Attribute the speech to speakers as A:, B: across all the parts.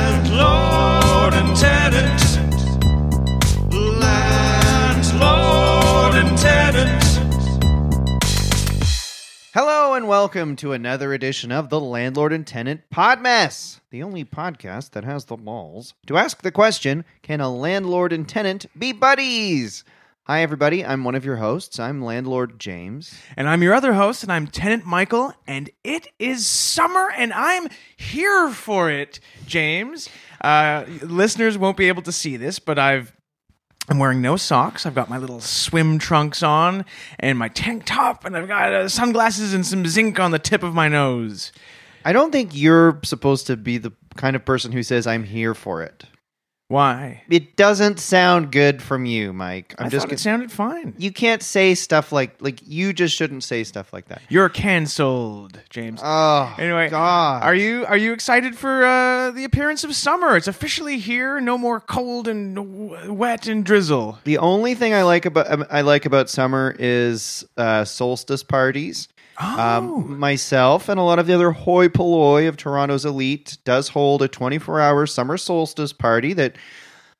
A: Landlord and tenant. Landlord and tenant.
B: Hello and welcome to another edition of the Landlord and Tenant Podmess, the only podcast that has the balls to ask the question Can a landlord and tenant be buddies? Hi, everybody. I'm one of your hosts. I'm Landlord James.
C: And I'm your other host, and I'm Tenant Michael, and it is summer, and I'm here for it, James. Uh, listeners won't be able to see this, but I've I'm wearing no socks. I've got my little swim trunks on, and my tank top, and I've got uh, sunglasses and some zinc on the tip of my nose.
B: I don't think you're supposed to be the kind of person who says, I'm here for it.
C: Why?
B: It doesn't sound good from you, Mike. I'm
C: I
B: just
C: thought it
B: gonna-
C: sounded fine.
B: you can't say stuff like like you just shouldn't say stuff like that.
C: You're canceled, James.
B: Oh,
C: Anyway,
B: God.
C: are you are you excited for uh, the appearance of summer? It's officially here. No more cold and w- wet and drizzle.
B: The only thing I like about um, I like about summer is uh, solstice parties.
C: Oh.
B: Um, myself and a lot of the other hoi polloi of Toronto's elite does hold a 24-hour summer solstice party that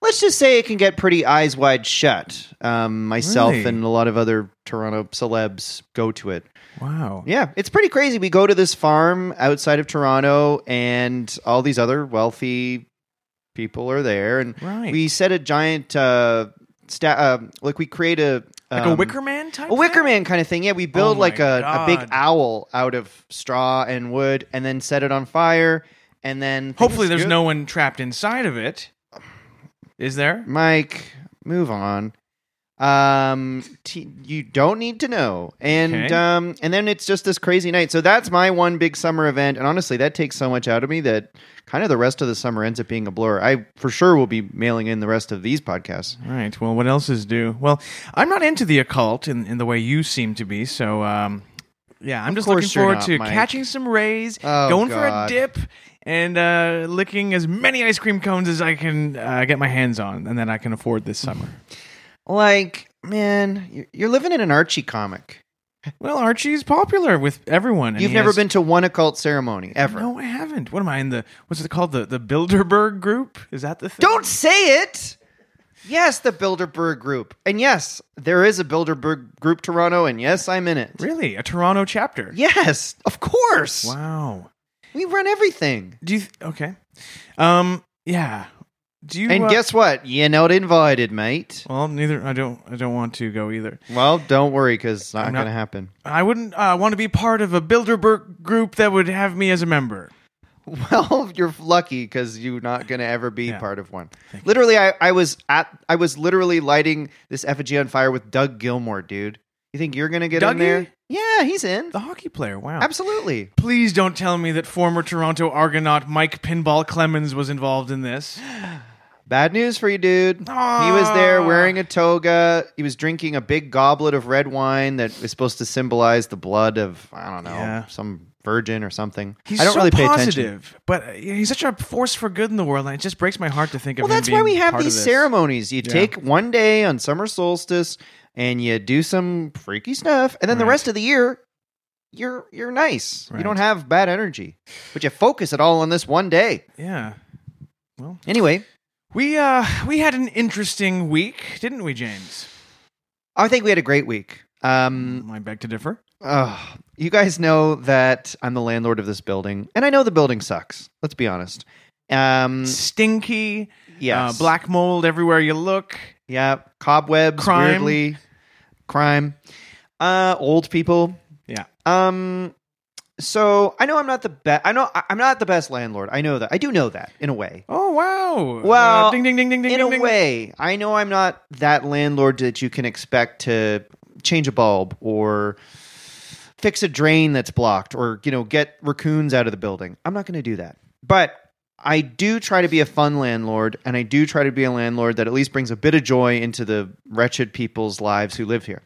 B: let's just say it can get pretty eyes wide shut. Um, myself
C: Really?
B: and a lot of other Toronto celebs go to it.
C: Oh, Wow.
B: Yeah, it's pretty crazy. We go to this farm outside of Toronto, and all these other wealthy people are there, and
C: Right.
B: we set a giant, uh, sta- uh, like we create a
C: Like a
B: um,
C: Wicker Man type.
B: a wicker
C: thing? Oh
B: man kind of thing. Yeah, we build
C: my
B: like a, a big
C: God.
B: owl out of straw and wood, and then set it on fire, and then
C: Hopefully,
B: things
C: there's
B: go-
C: no one trapped inside of it. Is there?
B: Mike, move on. Um, t- you don't need to know, and
C: Okay.
B: um, and then it's just this crazy night. So that's my one big summer event, and honestly, that takes so much out of me that kind of the rest of the summer ends up being a blur. I for sure will be mailing in the rest of these podcasts.
C: All Right. Well, what else is due? Well, I'm not into the occult in, in the way you seem to be. So, um, yeah, I'm just looking
B: course you're
C: forward
B: not,
C: to
B: Mike.
C: catching some rays,
B: Oh,
C: going
B: God.
C: for a dip, and uh, licking as many ice cream cones as I can uh, get my hands on, and then I can afford this summer.
B: Like, man, you're- you're living in an Archie comic.
C: well, Archie's popular with everyone. and
B: You've
C: he
B: never
C: has-
B: been to one occult ceremony ever.
C: No, I haven't. What am I in the? What's it called? The the Bilderberg Group? Is that the thing?
B: Don't say it. Yes, the Bilderberg Group, and yes, there is a Bilderberg Group Toronto, and yes, I'm in it.
C: Really, a Toronto chapter?
B: Yes, of course.
C: Wow.
B: We run everything.
C: Do you? Th- okay. Um. Yeah. Do you?
B: And
C: uh,
B: guess what? You're not invited, mate.
C: Well, neither. I don't. I don't want to go either.
B: Well, don't worry, because it's not
C: I'm
B: going to
C: not-
B: happen.
C: I wouldn't uh, want to be part of a Bilderberg group that would have me as a member.
B: Well, you're lucky because you're not going to ever be
C: Yeah.
B: part of one. Literally, I, I was at, I was literally lighting this effigy on fire with Doug Gilmore, dude. You think you're going to get in
C: Dougie?
B: there? Yeah, he's in.
C: The hockey player. Wow.
B: Absolutely.
C: Please don't tell me that former Toronto Argonaut Mike Pinball Clemens was involved in this.
B: Bad news for you, dude. He was
C: Ah,
B: there wearing a toga. He was drinking a big goblet of red wine that is supposed to symbolize the blood of I don't know
C: Yeah.
B: some virgin or something.
C: He's
B: I don't
C: so
B: really pay attention.
C: positive, but uh, he's such a force for good in the world, and it just breaks my heart to think
B: Well,
C: of him.
B: that's why we
C: being
B: have
C: part of
B: these
C: this.
B: ceremonies. You
C: Yeah.
B: take one day on summer solstice and you do some freaky stuff, and then the
C: Right.
B: rest of the year, you're you're nice. You
C: Right.
B: don't have bad energy, but you focus it all on this one day.
C: Yeah,
B: Anyway,
C: we uh we had an interesting week, didn't we, James? Mm,
B: I think we had a great week. Um,
C: I beg to differ.
B: Ugh. you guys know that I'm the landlord of this building, and I know the building sucks. Let's be honest. Um,
C: Stinky,
B: yeah,
C: uh, black mold everywhere you look.
B: yeah, cobwebs,
C: Crime.
B: weirdly, crime, uh, old people.
C: Yeah.
B: Um, so I know I'm not the best. I know I- I'm not the best landlord. I know that. I do know that in a way.
C: Oh wow!
B: Well,
C: ding ding ding ding ding
B: in
C: ding,
B: a
C: ding.
B: way, I know I'm not that landlord that you can expect to change a bulb or fix a drain that's blocked or you know get raccoons out of the building. I'm not going to do that. But I do try to be a fun landlord and I do try to be a landlord that at least brings a bit of joy into the wretched people's lives who live here.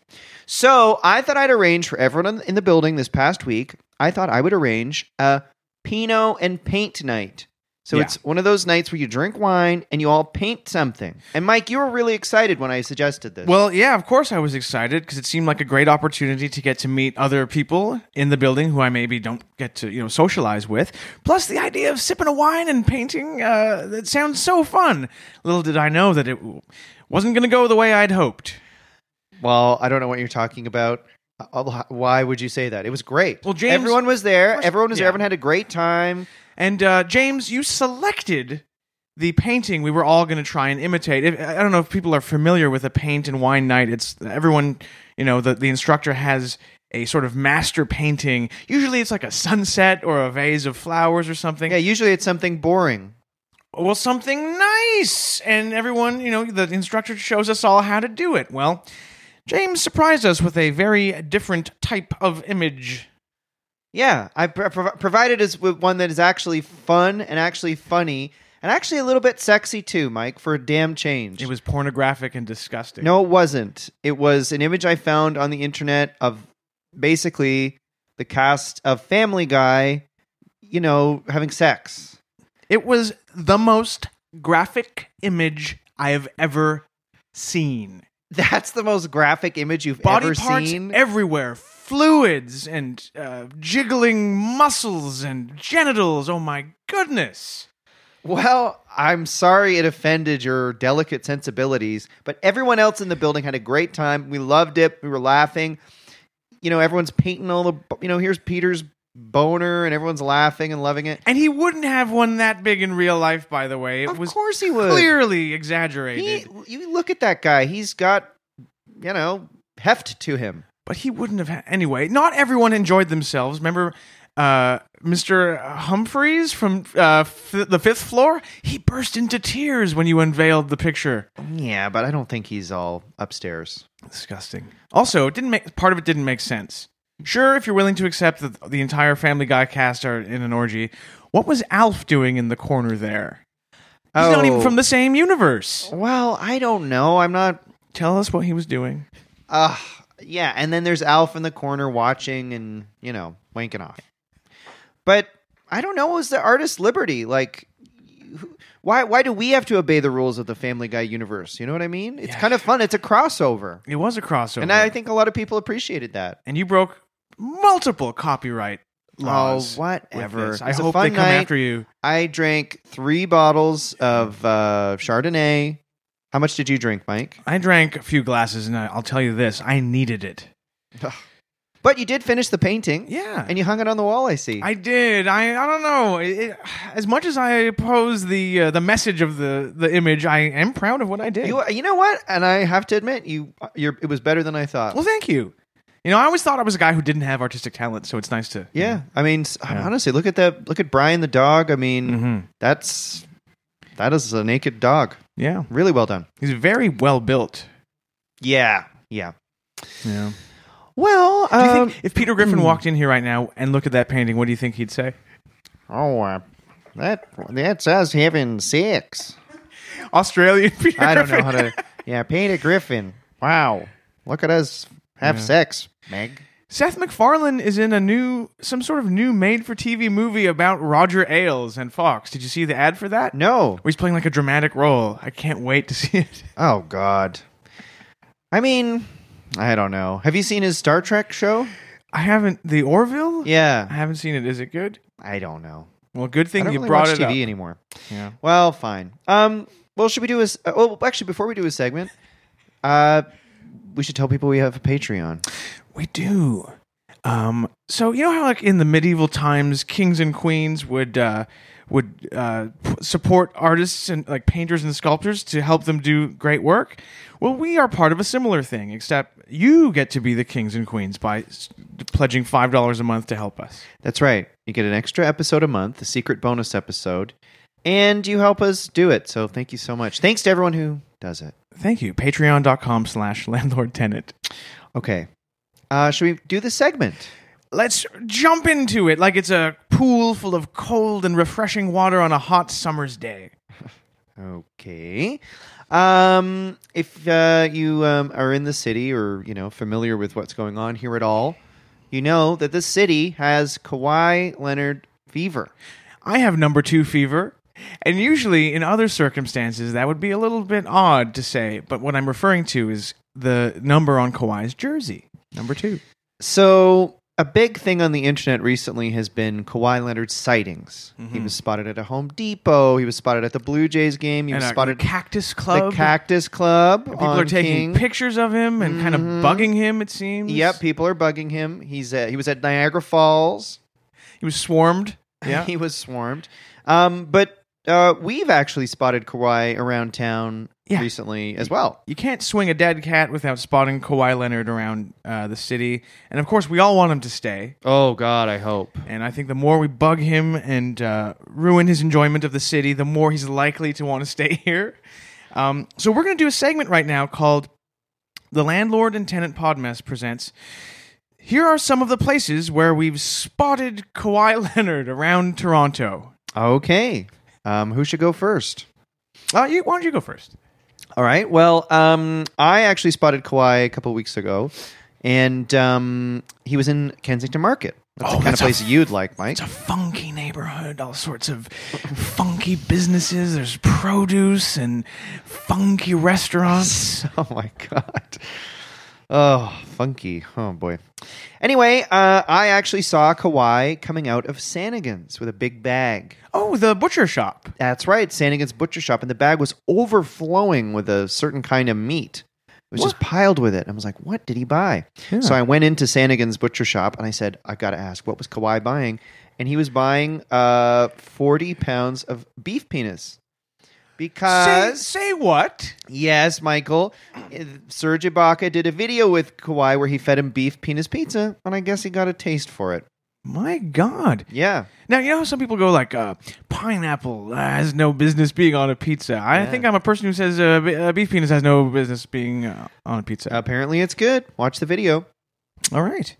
B: So, I thought I'd arrange for everyone in- in the building this past week. I thought I would arrange a Pinot and paint night So
C: Yeah.
B: it's one of those nights where you drink wine and you all paint something. And Mike, you were really excited when I suggested this.
C: Well, yeah, of course I was excited because it seemed like a great opportunity to get to meet other people in the building who I maybe don't get to, you know, socialize with. Plus, the idea of sipping a wine and painting, uh, that sounds so fun. Little did I know that it w- wasn't going to go the way I'd hoped.
B: Well, I don't know what you're talking about. Uh, Why would you say that? It was great.
C: Well, James-
B: everyone was there. Everyone was there.
C: yeah.
B: Everyone had a great time.
C: And uh, James, you selected the painting we were all going to try and imitate. If, I don't know if people are familiar with a paint and wine night. It's everyone, you know, the, the instructor has a sort of master painting. Usually it's like a sunset or a vase of flowers or something.
B: Yeah, usually it's something boring.
C: Well, something nice. And everyone, you know, the instructor shows us all how to do it. Well, James surprised us with a very different type of image.
B: Yeah, I pro- pro- provided us with one that is actually fun and actually funny and actually a little bit sexy too, Mike, for a damn change.
C: It was pornographic and disgusting.
B: No, it wasn't. It was an image I found on the internet of basically the cast of Family Guy, you know, having sex.
C: It was the most graphic image I have ever seen.
B: That's the most graphic image you've
C: Body
B: ever
C: parts
B: seen.
C: everywhere, fluids and uh, jiggling muscles and genitals. Oh my goodness.
B: well, I'm sorry it offended your delicate sensibilities, but everyone else in the building had a great time. We loved it. We were laughing. You know, everyone's painting all the, you know, here's Peter's boner and everyone's laughing and loving it.
C: And he wouldn't have one that big in real life, by the way. It
B: Of
C: was
B: course he would.
C: clearly exaggerated.
B: He, you look at that guy. He's got, you know, heft to him.
C: but he wouldn't have. Had, anyway, not everyone enjoyed themselves. Remember, uh, Mr. Humphreys from uh, f- the fifth floor? He burst into tears when you unveiled the picture.
B: Yeah, but I don't think he's all upstairs.
C: Disgusting. Also, it didn't make part of it didn't make sense. Sure, if you're willing to accept that the entire Family Guy cast are in an orgy, what was Alf doing in the corner there? He's not even
B: Oh.
C: from the same universe.
B: Well, I don't know. I'm not.
C: Tell us what he was doing.
B: Uh, yeah, and then there's Alf in the corner watching and, you know, wanking off. But I don't know. It was the artist's liberty. Like, who- why, why do we have to obey the rules of the Family Guy universe? You know what I mean? It's
C: Yeah.
B: kind of fun. It's a crossover.
C: It was a crossover,
B: And I think a lot of people appreciated that.
C: and you broke multiple copyright laws.
B: oh, whatever.
C: with this. I
B: It's a
C: hope
B: fun
C: they come
B: night.
C: after you.
B: I drank three bottles of uh, Chardonnay. How much did you drink, Mike?
C: I drank a few glasses, and I, I'll tell you this: I needed it.
B: But you did finish the painting.
C: Yeah,
B: And you hung it on the wall, I see.
C: I did. I I don't know. It- it- as much as I oppose the uh, the message of the the image, I am proud of what I did.
B: you, you know what? And I have to admit, you, you're, it was better than I thought.
C: well, thank you. You know, I always thought I was a guy who didn't have artistic talent, so it's nice to
B: yeah. I mean, s
C: Yeah.
B: honestly, look at that. Look at Brian the dog. I mean,
C: hmm
B: that's that is a naked dog.
C: Yeah,
B: Really well done.
C: he's very well built.
B: Yeah. Yeah.
C: Yeah.
B: Well,
C: Do you
B: um,
C: think if Peter Griffin walked in here right now and looked at that painting, what do you think he'd say?
B: oh, uh, that that's us having sex.
C: Australian Peter.
B: I don't know
C: Griffin.
B: how to. Yeah, Peter Griffin. Wow, look at us have sex, Meg.
C: Seth MacFarlane is in a new, some sort of new made-for-TV movie about Roger Ailes and Fox. Did you see the ad for that?
B: No.
C: Where he's playing like a dramatic role. I can't wait to see it.
B: Oh God. I mean, I don't know. Have you seen his Star Trek show?
C: I haven't. The Orville. I
B: Yeah.
C: haven't seen it. Is it good?
B: I don't know.
C: Well, good
B: I
C: thing
B: don't
C: you
B: really
C: brought
B: watch
C: it
B: TV
C: up.
B: anymore.
C: Yeah.
B: Well, fine. Um. Well, should we do a? s- Uh, well, actually, before we do a segment, uh, we should tell people we have a Patreon.
C: We do. Um, so you know how like in the medieval times, kings and queens would uh, would uh, p- support artists and like painters and sculptors to help them do great work. Well, we are part of a similar thing, except you get to be the kings and queens by s- pledging five dollars a month to help us.
B: That's right. You get an extra episode a month, a secret bonus episode, and you help us do it. So thank you so much. Thanks to everyone who does it.
C: Thank you. Patreon.com slash landlord tenant.
B: Okay. Uh, should we do the segment?
C: Let's jump into it like it's a pool full of cold and refreshing water on a hot summer's day.
B: Okay. Um, if uh, you um, are in the city or you know familiar with what's going on here at all, you know that the city has Kawhi Leonard fever.
C: I have number two fever. And usually, in other circumstances, that would be a little bit odd to say. But what I'm referring to is the number on Kawhi's jersey, number two.
B: So, a big thing on the internet recently has been Kawhi Leonard's sightings. He
C: Mm-hmm.
B: was spotted at a Home Depot. He was spotted at the Blue Jays game. He
C: And
B: was
C: a
B: spotted at
C: Cactus
B: the
C: Club.
B: Cactus Club.
C: People are taking pictures of him and kind of
B: Mhm.
C: bugging him. It seems.
B: Yep, people are bugging him. He's at, he was at Niagara Falls.
C: He was swarmed. Yeah.
B: he was swarmed. Um, but uh, we've actually spotted Kawhi around town
C: Yeah.
B: recently as well.
C: you can't swing a dead cat without spotting Kawhi Leonard around uh, the city. And of course, we all want him to stay.
B: Oh God, I hope.
C: And I think the more we bug him and uh, ruin his enjoyment of the city, the more he's likely to want to stay here. Um, so we're going to do a segment right now called "The Landlord and Tenant Podmess Presents." Here are some of the places where we've spotted Kawhi Leonard around Toronto.
B: Okay, um, who should go first?
C: Uh, you, why don't you go first?
B: All right. Well, um, I actually spotted Kawhi a couple weeks ago, and um, he was in Kensington Market. That's
C: Oh,
B: the kind
C: that's a
B: of place you'd like, Mike.
C: It's a funky neighborhood, all sorts of funky businesses. There's produce and funky restaurants.
B: oh my god. Oh, funky. Oh boy. Anyway, uh, I actually saw Kawhi coming out of Sanigan's with a big bag.
C: Oh, the butcher shop.
B: That's right, Sanigan's butcher shop, and the bag was overflowing with a certain kind of meat. It was just piled with it. I was like, "What did he buy?" So I went into Sanigan's butcher shop and I said, "I've got to ask, what was Kawhi buying?" And he was buying uh, forty pounds of beef penis
C: Say,
B: because
C: say what?
B: yes, Michael, Serge Ibaka did a video with Kawhi where he fed him beef penis pizza, and I guess he got a taste for it.
C: My God.
B: Yeah,
C: Now, you know how some people go like, uh, pineapple uh, has no business being on a pizza. I
B: Yeah.
C: think I'm a person who says uh, b- uh, beef penis has no business being uh, on a pizza.
B: apparently it's good. Watch the video.
C: All right.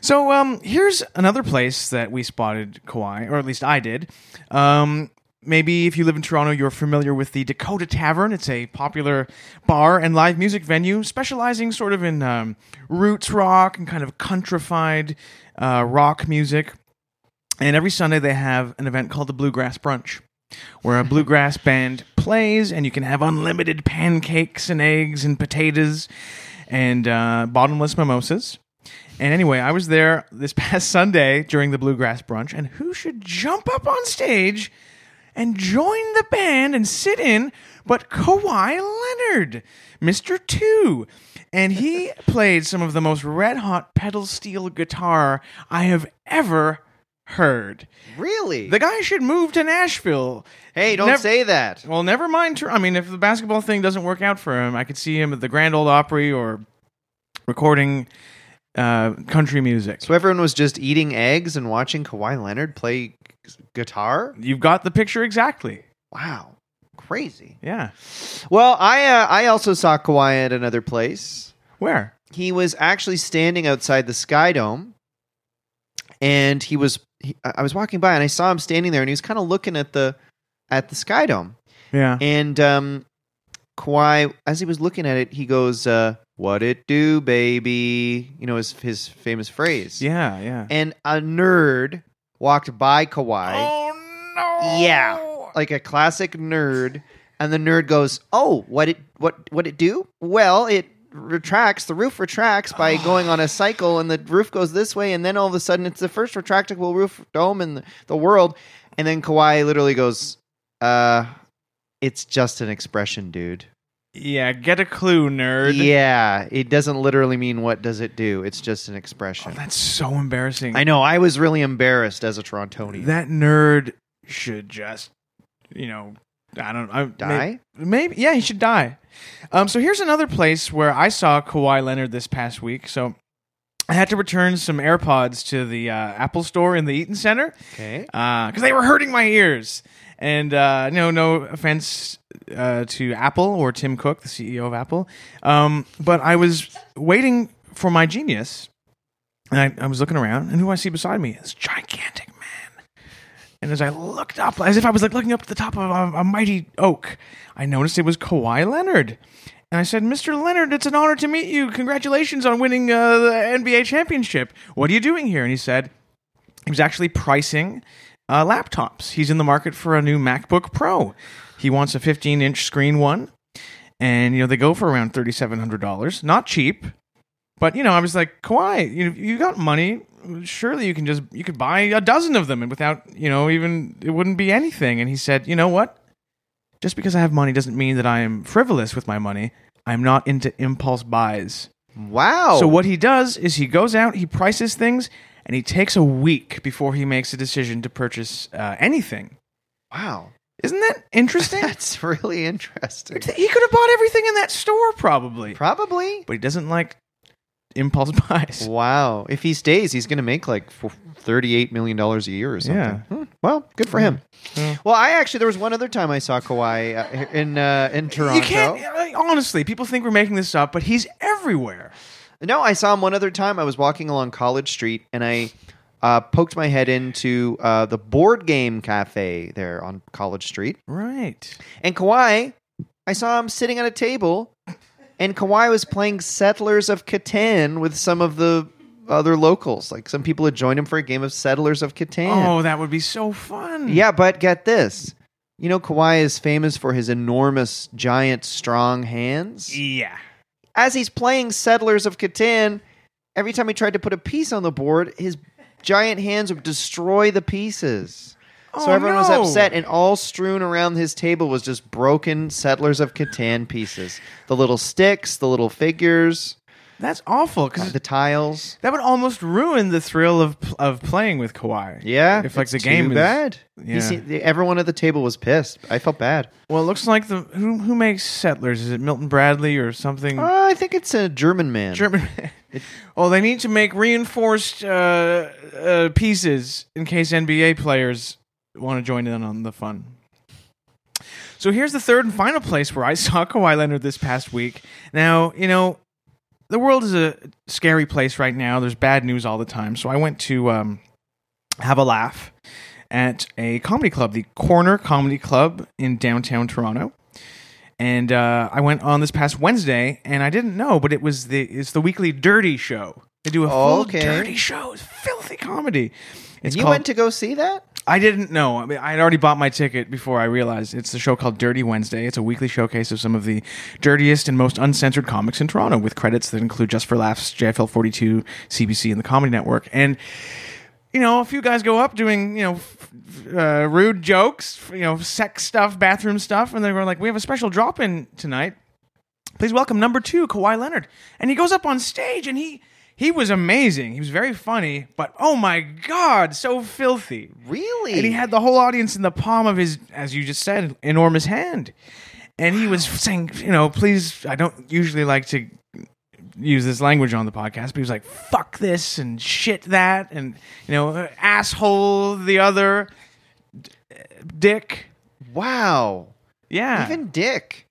C: So um, here's another place that we spotted Kawhi, or at least I did. Um, maybe if you live in Toronto, you're familiar with the Dakota Tavern. It's a popular bar and live music venue specializing sort of in um, roots rock and kind of countrified uh, rock music. And every Sunday they have an event called the Bluegrass Brunch, where a bluegrass band plays, and you can have unlimited pancakes and eggs and potatoes and uh, bottomless mimosas. And anyway, I was there this past Sunday during the Bluegrass Brunch, and who should jump up on stage and join the band and sit in but Kawhi Leonard, Mr. Two. And he played some of the most red hot pedal steel guitar I have ever heard.
B: Really?
C: The guy should move to Nashville.
B: hey, don't
C: Nev-
B: say that.
C: Well, never mind. Tor- I mean, if the basketball thing doesn't work out for him, I could see him at the Grand Old Opry or recording uh, country music.
B: So everyone was just eating eggs and watching Kawhi Leonard play g- guitar.
C: You've got the picture exactly.
B: Wow, crazy.
C: Yeah.
B: Well, I uh, I also saw Kawhi at another place.
C: Where?
B: He was actually standing outside the Sky Dome, and he was he, I I was walking by and I saw him standing there, and he was kind of looking at the at the Sky Dome.
C: Yeah.
B: And um, Kawhi, as he was looking at it, he goes, uh, "What it do, baby?" You know his his famous phrase.
C: Yeah. Yeah.
B: And a nerd walked by Kawhi.
C: oh no.
B: Yeah, like a classic nerd, and the nerd goes, "Oh, what it what what it do? Well, it retracts. The roof retracts by going on a cycle, and the roof goes this way, and then all of a sudden, it's the first retractable roof dome in the, the world." And then Kawhi literally goes, "Uh, it's just an expression, dude.
C: Yeah. Get a clue, nerd.
B: Yeah, it doesn't literally mean what does it do. It's just an
C: Oh,
B: expression."
C: that's so embarrassing.
B: I know. I was really embarrassed as a Torontonian.
C: that nerd should just, you know, I don't. I,
B: Die?
C: Maybe, yeah, he should die. Um, so here's another place where I saw Kawhi Leonard this past week. So I had to return some AirPods to the uh, Apple Store in the Eaton Center
B: okay.
C: because they were hurting my ears. And uh, no, no offense uh, to Apple or Tim Cook, the CEO of Apple, um, but I was waiting for my genius, and I, I was looking around, and who I see beside me is gigantic man. And as I looked up, as if I was like looking up to the top of a, a mighty oak, I noticed it was Kawhi Leonard. And I said, Mr. Leonard, it's an honor to meet you. Congratulations on winning uh, the NBA championship. What are you doing here? And he said, he was actually pricing uh, laptops. He's in the market for a new MacBook Pro. He wants a 15 inch screen one, and you know they go for around thirty seven hundred dollars. Not cheap, but you know I was like Kawhi, you you got money. Surely you can just you could buy a dozen of them, and without you know even it wouldn't be anything. And he said, you know what? Just because I have money doesn't mean that I am frivolous with my money. I'm not into impulse buys.
B: Wow.
C: So what he does is he goes out, he prices things, and he takes a week before he makes a decision to purchase uh, anything.
B: Wow.
C: Isn't that interesting?
B: That's really interesting.
C: he could have bought everything in that store probably,
B: Probably.
C: but he doesn't like impulse buys.
B: Wow. If he stays, he's going to make like f- $38 million a year or something.
C: Yeah.
B: Hmm. Well, good for him.
C: Yeah.
B: Well, I actually, there was one other time I saw Kawhi uh, in, uh, in Toronto.
C: You can't like, honestly. People think we're making this up, but he's everywhere.
B: No, I saw him one other time. I was walking along College Street and I uh, poked my head into uh, the board game cafe there on College Street.
C: Right.
B: And Kawhi, I saw him sitting at a table, and Kawhi was playing Settlers of Catan with some of the other locals. Like some people had joined him for a game of Settlers of Catan.
C: Oh, that would be so fun.
B: Yeah, but get this. You know, Kawhi is famous for his enormous, giant, strong hands
C: Yeah.
B: as he's playing Settlers of Catan, every time he tried to put a piece on the board, his giant hands would destroy the pieces. so
C: Oh,
B: everyone was
C: no.
B: upset, and all strewn around his table was just broken Settlers of Catan pieces. The little sticks, the little figures,
C: That's awful because
B: the tiles.
C: that would almost ruin the thrill of of playing with Kawhi.
B: Yeah,
C: If like
B: it's
C: the game
B: too
C: is
B: bad.
C: yeah.
B: He se- everyone at the table was pissed. I felt bad.
C: Well, it looks like the who who makes settlers? Is it Milton Bradley or something?
B: Uh, I think it's a German man.
C: German. well, they need to make reinforced uh, uh, pieces in case NBA players want to join in on the fun. So here's the third and final place where I saw Kawhi Leonard this past week. Now, you know, the world is a scary place right now. There's bad news all the time. So I went to um, have a laugh at a comedy club, the Corner Comedy Club in downtown Toronto and uh, I went on this past Wednesday, and I didn't know, but it was the it's the weekly Dirty Show. They do a full
B: Okay.
C: Dirty Show. It's filthy comedy. It's
B: You
C: called,
B: went to go see that?
C: I didn't know. I mean, I had already bought my ticket before I realized it's the show called Dirty Wednesday. It's a weekly showcase of some of the dirtiest and most uncensored comics in Toronto, with credits that include Just for Laughs, JFL 42, CBC, and the Comedy Network. And you know, a few guys go up doing you know f- f- uh, rude jokes, f- you know, sex stuff, bathroom stuff, and they're like, "We have a special drop in tonight." please welcome number two, Kawhi Leonard. And he goes up on stage and he he was amazing. He was very funny, but oh my god, so filthy.
B: Really?
C: And he had the whole audience in the palm of his, as you just said, enormous hand. And he was saying, you know, please, I don't usually like to use this language on the podcast, but he was like, fuck this and shit that and, you know, asshole the other, d- dick.
B: wow.
C: Yeah.
B: Even Dick.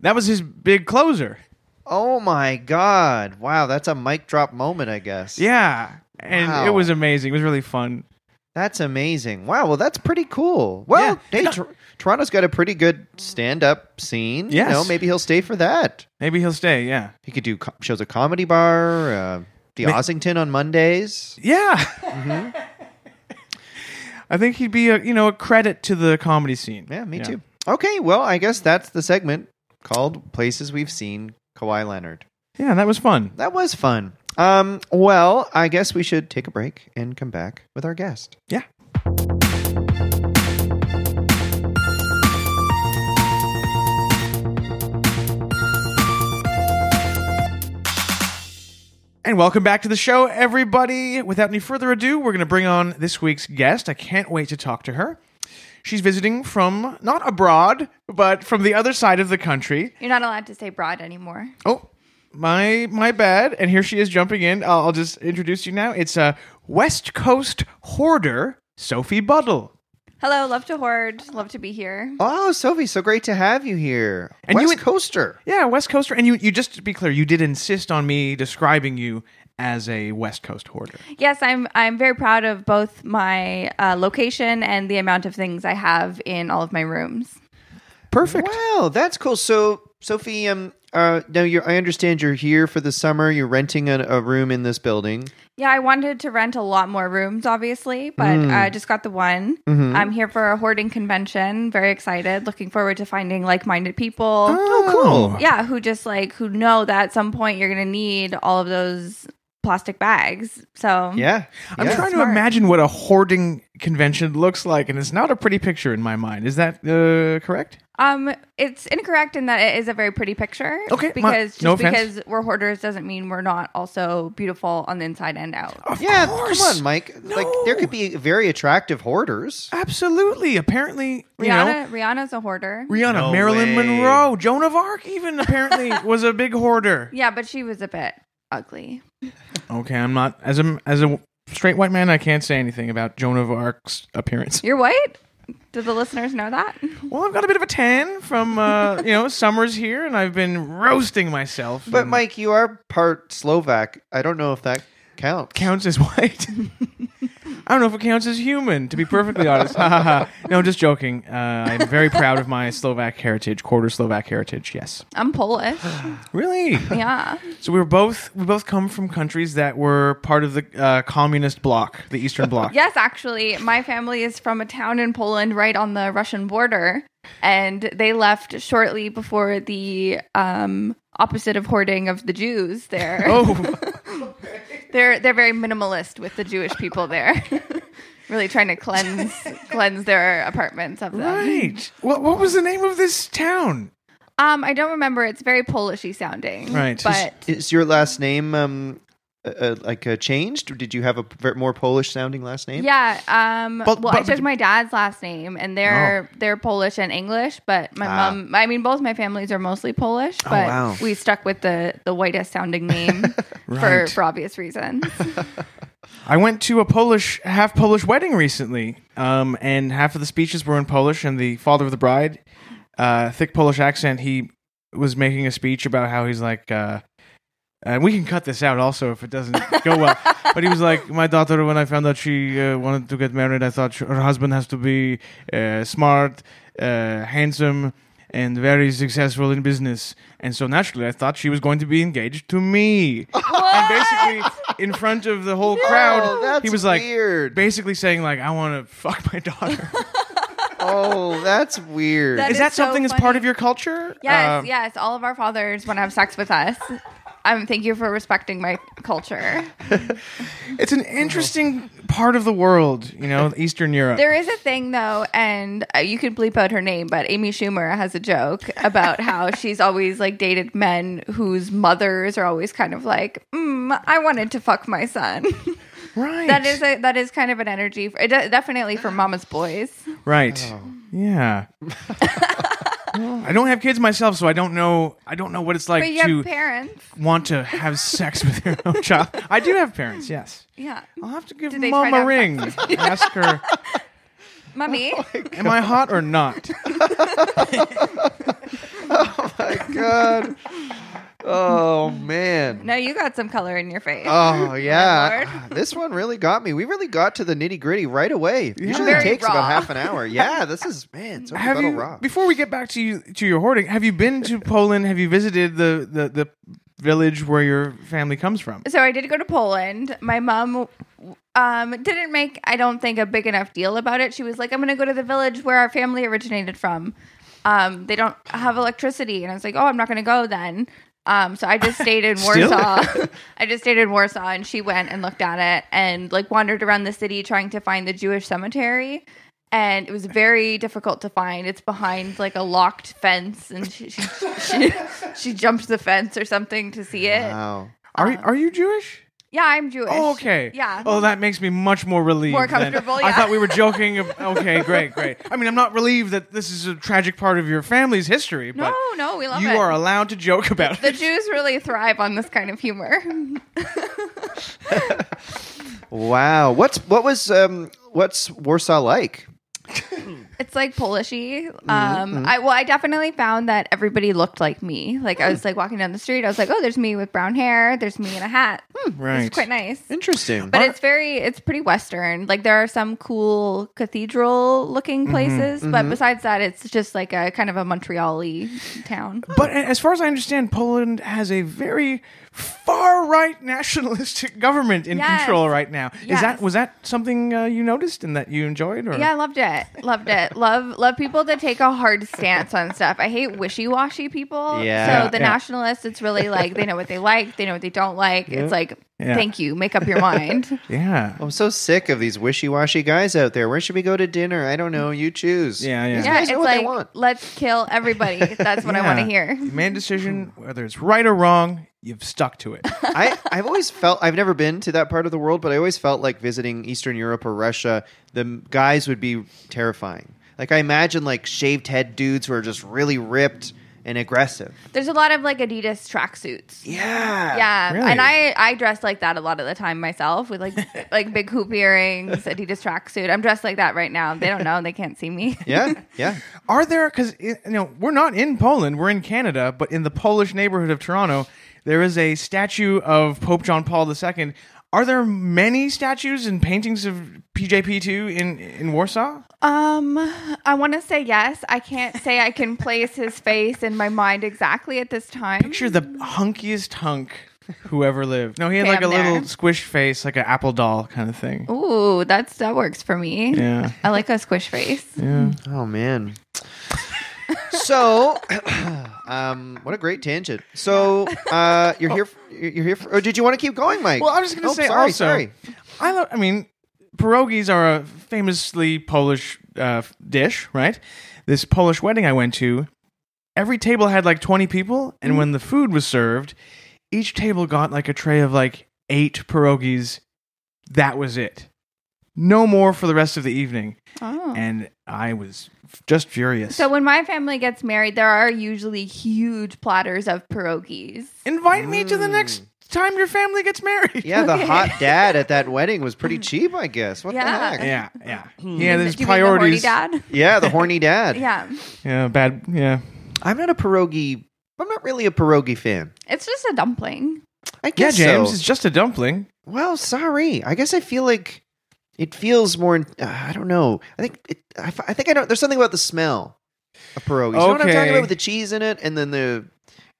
C: that was his big closer.
B: Oh my god. Wow, that's a mic drop moment, I guess.
C: Yeah. And
B: Wow.
C: it was amazing. It was really fun.
B: That's amazing. Wow, well that's pretty cool. Well,
C: Yeah.
B: hey,
C: No.
B: Tor- Toronto's got a pretty good stand-up scene.
C: Yes.
B: You know, maybe he'll stay for that.
C: Maybe he'll stay. Yeah.
B: He could do co- shows at Comedy Bar, uh, the
C: Ma-
B: Ossington on Mondays.
C: Yeah.
B: Mm-hmm.
C: I think he'd be a you know a credit to the comedy scene.
B: Yeah, me too. Okay, well, I guess that's the segment called Places We've Seen Kawhi Leonard.
C: Yeah, that was fun.
B: That was fun. Um, well, I guess we should take a break and come back with our guest.
C: Yeah. And welcome back to the show, everybody. Without any further ado, we're going to bring on this week's guest. I can't wait to talk to her. She's visiting from not abroad, but from the other side of the country.
D: You're not allowed to say broad anymore.
C: Oh, my my bad. And here she is jumping in. I'll, I'll just introduce you now. It's a West Coast hoarder, Sophie Buddle.
D: Hello, love to hoard, love to be here.
B: Oh, Sophie, so great to have you here.
C: And
B: West
C: you in-
B: Coaster.
C: Yeah, West Coaster. And you, you just to be clear, you did insist on me describing you as a West Coast hoarder.
D: Yes, I'm. I'm very proud of both my uh, location and the amount of things I have in all of my rooms.
C: Perfect.
B: Wow, that's cool. So, Sophie, um, uh, no, you're, I understand you're here for the summer. You're renting a, a room in this building.
C: Mm-hmm.
D: Yeah, I wanted to rent a lot more rooms, obviously, but I just got the one. I'm here for a hoarding convention. Very excited. Looking forward to finding like minded people.
C: Oh, cool.
D: Yeah, who just like, who know that at some point you're going to need all of those plastic bags. So,
B: Yeah,
C: I'm
B: yeah.
C: trying
D: Smart.
C: to imagine what a hoarding convention looks like, and it's not a pretty picture in my mind. Is that uh, correct?
D: um, it's incorrect in that it is a very pretty picture.
C: Okay, my-
D: Because just
C: no offense.
D: because we're hoarders doesn't mean we're not also beautiful on the inside and out.
C: Of
B: yeah.
C: course.
B: Come on, Mike. Like there could be very attractive hoarders.
C: Absolutely. Apparently, you know,
D: Rihanna, Rihanna's a hoarder.
C: Rihanna,
B: No
C: Marilyn
B: way.
C: Monroe, Joan of Arc, even apparently was a big hoarder.
D: yeah, but she was a bit ugly.
C: Okay, I'm not as a as a straight white man. I can't say anything about Joan of Arc's appearance.
D: You're white? Do the listeners know that?
C: Well, I've got a bit of a tan from uh, you know summers here, and I've been roasting myself.
B: But
C: and
B: Mike, you are part Slovak. I don't know if that counts.
C: counts as white. I don't know if it counts as human. To be perfectly honest, Ha, ha, ha. no, just joking. Uh, I'm very proud of my Slovak heritage, quarter Slovak heritage. Yes,
D: I'm Polish.
C: really.
D: Yeah.
C: So we were both we both come from countries that were part of the uh, communist bloc, the Eastern Bloc.
D: Yes, actually, my family is from a town in Poland right on the Russian border, and they left shortly before the um, opposite of hoarding of the Jews there.
C: Oh,
D: They're they're very minimalist with the Jewish people there. really trying to cleanse cleanse their apartments of them.
C: right. What what was the name of this town?
D: Um, I don't remember. It's very Polishy sounding.
C: Right.
D: But
B: Is your last name um uh, uh, like uh, changed? Or did you have a ver- more Polish sounding last name?
D: Yeah. Um,
C: But-
D: well, I
C: but- Oh.
D: took my dad's last name, and they're they're Polish and English. But my
B: Ah.
D: mom, I mean, both my families are mostly Polish,
C: Oh,
D: but
B: wow.
D: we stuck with the the whitest sounding name for
C: Right. Um,
D: for obvious reasons.
C: I went to a Polish half Polish wedding recently, um, and half of the speeches were in Polish, and the father of the bride, uh, thick Polish accent, he was making a speech about how he's like. Uh, and we can cut this out also if it doesn't go well. but he was like, my daughter, when I found out she uh, wanted to get married, I thought she, her husband has to be uh, smart, uh, handsome, and very successful in business. And so naturally, I thought she was going to be engaged to me. And basically, in front of the whole crowd,
B: that's
C: he was like,
B: weird.
C: basically saying like, I want to fuck my daughter.
B: Oh, that's weird.
D: That
C: is
D: is
C: that
D: so
C: something that's part
D: funny.
C: of your culture?
D: yes,
C: Um,
D: yes. All of our fathers want to have sex with us. Um, thank you for respecting my culture.
C: It's an interesting part of the world, you know, Eastern Europe.
D: There is a thing though, and uh, you could bleep out her name, but Amy Schumer has a joke about how she's always like dated men whose mothers are always kind of like, mm, "I wanted to fuck my son."
C: right.
D: that is a that is kind of an energy, for, it de- definitely for mama's boys.
C: Right. Yeah. I don't have kids myself, so I don't know. I don't know what it's like
D: But you
C: to
D: have parents,
C: want to have sex with your own child. I do have parents. Yes,
D: yeah,
C: I'll have to give
D: Did they
C: mom
D: find
C: a
D: out-
C: ring. Ask her,
D: mummy.
C: am I hot or not?
B: God. Oh man.
D: No, you got some color in your face.
B: Oh
D: My
B: yeah. This one really got me. We really got to the nitty gritty right away. Usually
D: Very
B: takes
D: raw.
B: about half an hour. Yeah, this is man. It's a
C: Have
B: little
C: you,
B: raw.
C: before we get back to you to your hoarding, have you been to Poland? Have you visited the the, the village where your family comes from?
D: so I did go to Poland. My mom um, didn't make, I don't think, a big enough deal about it. She was like, "I'm going to go to the village where our family originated from. Um, they don't have electricity," and I was like, "Oh, I'm not going to go then." Um, so I just stayed in
C: Still?
D: Warsaw. I just stayed in Warsaw, and she went and looked at it and like wandered around the city trying to find the Jewish cemetery. And it was very difficult to find. It's behind like a locked fence, and she she she, she jumped the fence or something to see it.
B: Wow.
C: Are
D: Uh,
C: you- are you Jewish?
D: Yeah, I'm Jewish.
C: Oh, okay.
D: Yeah.
C: Oh, that makes me much more relieved.
D: More
C: than-
D: comfortable,
C: I
D: yeah.
C: thought we were joking. ab- Okay, great, great. I mean, I'm not relieved that this is a tragic part of your family's history,
D: no,
C: but
D: no, we love
C: you
D: it.
C: are allowed to joke about
D: the
C: it.
D: Jews really thrive on this kind of humor.
B: Wow. What's what was um what's Warsaw like?
D: It's like Polishy.
C: Mm-hmm,
D: Um, I well, I definitely found that everybody looked like me. Like I was
C: Hmm.
D: like walking down the street, I was like, oh, there's me with brown hair, there's me in a hat. Hmm,
C: Right.
D: it's quite nice.
B: Interesting.
D: But it's very, it's pretty Western. Like there are some cool
C: Mm-hmm,
D: cathedral-looking places, but besides that, it's just like a kind of a Montreal-y town.
C: But a- as far as I understand, Poland has a very far right nationalistic government in
D: Yes.
C: control right now. Is that
D: Yes.
C: was that something uh, you noticed and that you enjoyed? Or?
D: Yeah, I loved it. Loved it. love love people that take a hard stance on stuff. I hate wishy washy people.
B: Yeah.
D: So the
C: Yeah.
D: nationalists, it's really like they know what they like, they know what they don't like. It's like
C: Yeah.
D: thank you, make up your mind.
C: yeah,
B: I'm so sick of these wishy-washy guys out there. Where should we go to dinner? I don't know. You choose.
C: yeah, yeah.
D: yeah,
B: guys
D: it's
B: know what they
D: like
B: want.
D: let's kill everybody. That's what I want to
C: Yeah.
D: hear.
C: You made a decision, whether it's right or wrong. You've stuck to it.
B: I, I've always felt I've never been to that part of the world, but I always felt like visiting Eastern Europe or Russia, the m- guys would be terrifying. Like I imagine like shaved head dudes who are just really ripped and aggressive.
D: There's a lot of like Adidas tracksuits.
B: Yeah.
D: Yeah,
C: Really?
D: and I I dress like that a lot of the time myself with like like big hoop earrings, Adidas tracksuit. I'm dressed like that right now. They don't know, they can't see me.
B: Yeah. Yeah.
C: Are there because you know we're not in Poland, we're in Canada, but in the Polish neighborhood of Toronto, there is a statue of Pope John Paul II. Are there many statues and paintings of PJP two in in Warsaw?
D: Um, I want to say yes. I can't say I can place his face in my mind exactly at this time.
C: Picture the hunkiest hunk who ever lived. No, he had
D: Okay,
C: like a
D: I'm
C: little
D: there.
C: squished face, like an apple doll kind of thing.
D: Ooh, that's that works for me.
C: Yeah.
D: I like a squish face.
B: Oh man. So, um, what a great tangent. So, uh, you're here. For, you're here. For, or did you want to keep going, Mike?
C: Well, I was just gonna
B: Oh,
C: say
B: sorry,
C: also.
B: sorry.
C: I love. I mean, pierogies are a famously Polish uh, dish, right? This Polish wedding I went to, every table had like twenty people, and when the food was served, each table got like a tray of like eight pierogies. That was it. No more for the rest of the evening,
D: Oh.
C: and I was f- just furious.
D: so when my family gets married, there are usually huge platters of pierogies.
C: Invite me to the
B: Mm.
C: next time your family gets married.
B: Yeah, the
D: Okay.
B: hot dad at that wedding was pretty cheap, I guess. What
D: Yeah. Hmm.
B: the heck?
C: yeah, yeah. Yeah,
D: Do
C: there's
D: you mean the horny
C: priorities.
D: dad?
B: Yeah, the horny dad.
D: Yeah,
C: Yeah, bad. Yeah,
B: I'm not a pierogi. I'm not really a pierogi fan.
D: it's just a dumpling.
B: I
C: yeah.
B: guess
C: James,
B: so.
C: it's just a dumpling.
B: well, sorry. I guess I feel like it feels more. Uh, I don't know. I think. It, I, f- I think I don't. There's something about the smell of pierogies. You know what I'm talking
C: Okay.
B: about with the cheese in it, and then the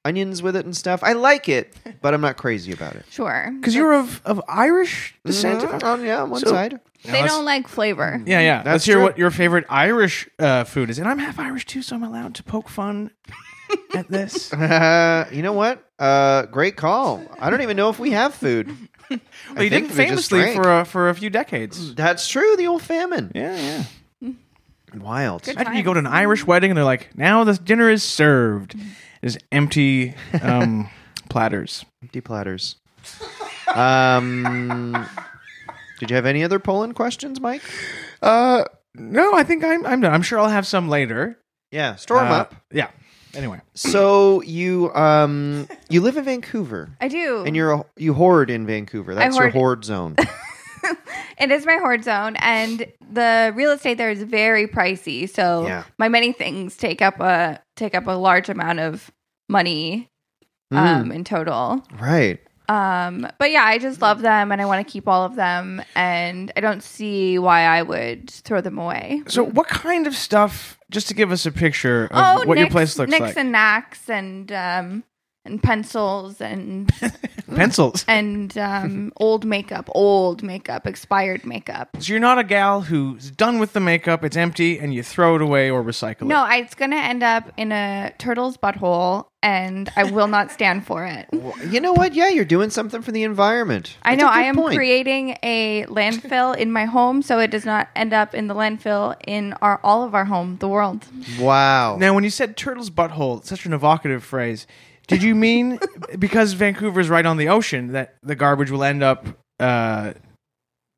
B: onions with it and stuff. I like it, but I'm not crazy about it.
D: Sure,
C: Because you're of, of Irish descent.
B: Mhm. Oh, yeah, on one
C: So-
B: side.
D: they don't like flavor.
C: Mm-hmm. Yeah, yeah. Let's
B: That's
C: hear
B: true.
C: what your favorite Irish uh, food is. And I'm half Irish too, so I'm allowed to poke fun at this.
B: Uh, you know what? Uh, great call. I don't even know if we have food.
C: Well,
B: think
C: you didn't
B: we just
C: famously
B: drank.
C: for a, for a few decades.
B: That's true. The old famine.
C: Yeah, yeah.
B: Wild.
D: Good.
C: Imagine
D: Fine.
C: you go to an Irish wedding and they're like, "Now the dinner is served."
D: Mm.
C: There's empty um, platters.
B: Empty platters. Um, did you have any other Poland questions, Mike?
C: Uh, no, I think I'm I'm done. I'm sure I'll have some later.
B: Yeah, storm
C: Uh,
B: up.
C: Yeah. Anyway,
B: So you um you live in Vancouver,
D: I do.
B: and you're a, you hoard in Vancouver. That's your hoard
D: hoard.
B: zone.
D: It is my hoard zone, and the real estate there is very pricey. So
B: Yeah.
D: my many things take up a take up a large amount of money
C: Mm.
D: um, in total.
B: right.
D: Um, but yeah, I just love them, and I want to keep all of them, and I don't see why I would throw them away.
C: so what kind of stuff? Just to give us a picture of
D: Mm. Oh,
C: what your
D: Nicks-
C: place looks
D: Nicks
C: like.
D: and knacks and um, and pencils and
C: Pencils.
D: and um, old makeup, old makeup, expired makeup.
C: So you're not a gal who's done with the makeup, it's empty, and you throw it away or recycle
D: No,
C: it.
D: I, it's going to end up in a turtle's butthole, and I will not stand for it.
B: Well, you know what? Yeah, you're doing something for the environment.
D: I
B: That's
D: know
B: a good
D: I am
B: point.
D: creating a landfill in my home, so it does not end up in the landfill in our all of our home, the world.
B: Wow.
C: Now, when you said turtle's butthole, it's such an evocative phrase, did you mean because Vancouver's right on the ocean that the garbage will end up, uh,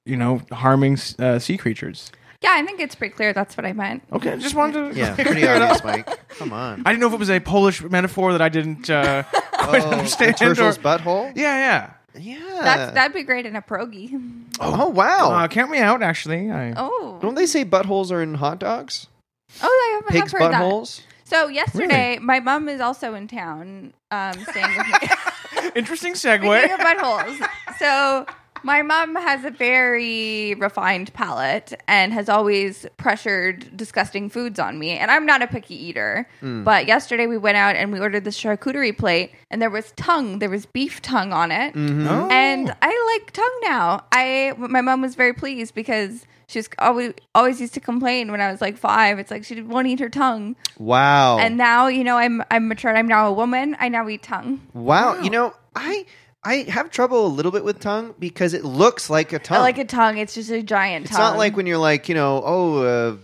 C: you know, harming uh, sea creatures?
D: Yeah, I think it's pretty clear that's what I meant.
C: Okay, just wanted to.
B: yeah, pretty obvious, Mike. Come on.
C: I didn't know if it was a Polish metaphor that I didn't uh, quite
B: Oh, the
C: understand.
B: turtle's
C: or-
B: butthole.
C: Yeah, yeah.
B: Yeah.
D: That's that'd be great in a pierogi.
B: oh wow.
C: Uh, count me out, actually. I,
D: Oh,
B: Don't they say buttholes are in hot dogs?
D: Oh, I haven't
B: Pigs'
D: heard that.
B: buttholes.
D: So yesterday, my mom is also in town, um, staying with me.
C: Interesting
D: Speaking
C: segue.
D: of buttholes, so my mom has a very refined palate and has always pressured disgusting foods on me. And I'm not a picky eater,
B: Hmm.
D: but yesterday we went out and we ordered this charcuterie plate, and there was tongue, there was beef tongue on it,
B: Mm-hmm.
C: Oh.
D: and I like tongue now. I my mom was very pleased because. She was always always used to complain when I was like five. It's like she won't eat her tongue,
B: Wow.
D: and now you know I'm I'm matured. I'm now a woman. I now eat tongue.
B: wow. You know, I I have trouble a little bit with tongue because it looks like a tongue.
D: I like a tongue. It's just a giant
B: It's
D: tongue.
B: not like when you're like, you know, oh, uh,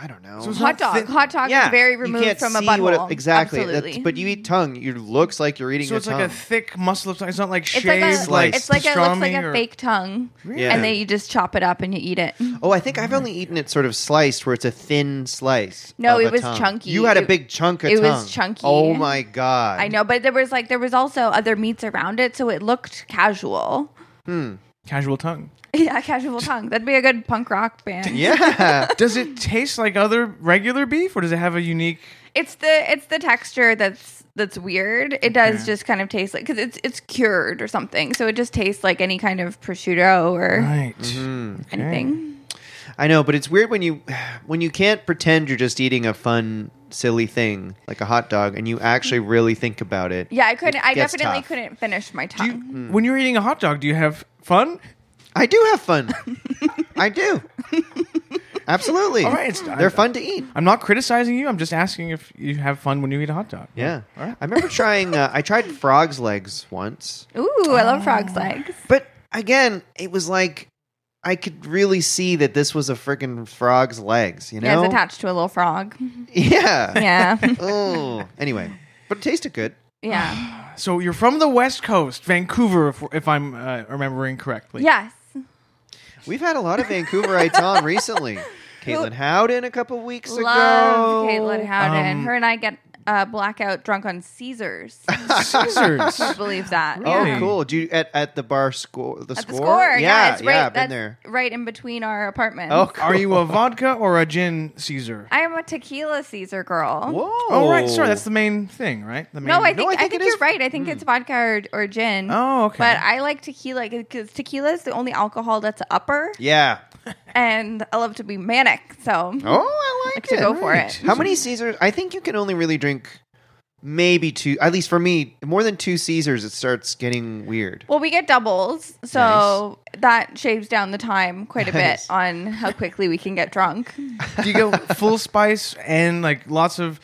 B: I don't know.
C: So it's not
D: hot dog.
C: thin-
D: Hot dog is very
B: you
D: removed
B: can't
D: from a
B: see what
D: butthole.
B: it- exactly. That's-
D: Absolutely.
B: but you eat tongue. It looks like you're eating
C: So
B: a
C: it's
B: tongue.
C: like a thick muscle of tongue. It's not like
D: it's
C: shaved
D: like a,
B: sliced
D: it's like it looks like
C: pastrami
D: a
C: or-
D: fake tongue,
B: Yeah.
D: and then you just chop it up and you eat it.
B: oh, I think I've only eaten it sort of sliced, where it's a thin slice.
D: No,
B: of
D: it
B: a
D: was
B: tongue.
D: chunky.
B: You had a
D: It-
B: big chunk of
D: it was
B: tongue.
D: chunky.
B: Oh my god!
D: I know, but there was like there was also other meats around it, so it looked casual.
C: Casual tongue.
D: Yeah, casual tongue. That'd be a good punk rock band.
B: Yeah.
C: Does it taste like other regular beef, or does it have a unique?
D: It's the it's the texture that's that's weird. It does just kind of taste like because it's it's cured or something, so it just tastes like any kind of prosciutto or
C: Right.
D: anything.
B: I know, but it's weird when you when you can't pretend you're just eating a fun, silly thing like a hot dog, and you actually really think about it.
D: Yeah, I couldn't. I
B: gets
D: definitely
B: tough.
D: couldn't finish my
C: Do you,
D: tongue.
C: When you're eating a hot dog, do you have fun?
B: I do have fun. I do. Absolutely.
C: All right, it's- I-
B: They're fun to eat.
C: I'm not criticizing you. I'm just asking if you have fun when you eat a hot dog.
B: Yeah.
C: All right.
B: I remember trying, uh, I tried frog's legs once,
D: Ooh, I love frogs legs.
B: but again, it was like I could really see that this was a freaking frog's legs, you know?
D: Yeah, it's attached to a little frog.
B: Yeah.
D: Yeah.
B: oh, anyway, but it tasted good.
D: yeah.
C: So you're from the West Coast, Vancouver, if, if I'm uh, remembering correctly.
D: Yes.
B: We've had a lot of Vancouverites on recently. Caitlin Howden a couple weeks
D: Love
B: ago.
D: Caitlin Howden.
C: Um,
D: Her and I get uh, blackout drunk on Caesars.
C: Caesars.
D: I believe that.
B: Oh,
D: Yeah.
B: cool! Do you at, at the bar score? The
D: At the
B: score?
D: score.
B: yeah,
D: it's right,
B: yeah, I've been
D: that's
B: there.
D: Right in between our apartments.
B: Oh, cool.
C: Are you a vodka or a gin Caesar?
D: I am a tequila Caesar girl.
B: Whoa!
C: Oh, right. Sorry, that's the main thing, right? The main,
D: No, I think,
B: I
D: I
B: think
D: think,
B: it
D: you're
B: is- Hmm.
D: right. I think it's vodka or, or gin.
C: Oh, okay.
D: But I like tequila because tequila is the only alcohol that's upper,
B: Yeah.
D: and I love to be manic. So
B: Oh, I like
D: like to
B: it.
D: go for
C: Right.
D: it.
B: How many Caesars? I think you can only really drink maybe two. At least for me, more than two Caesars, it starts getting weird.
D: Well, we get doubles, so that shaves down the time quite a bit
B: Nice.
D: on how quickly we can get drunk.
C: Do you go full spice and like lots of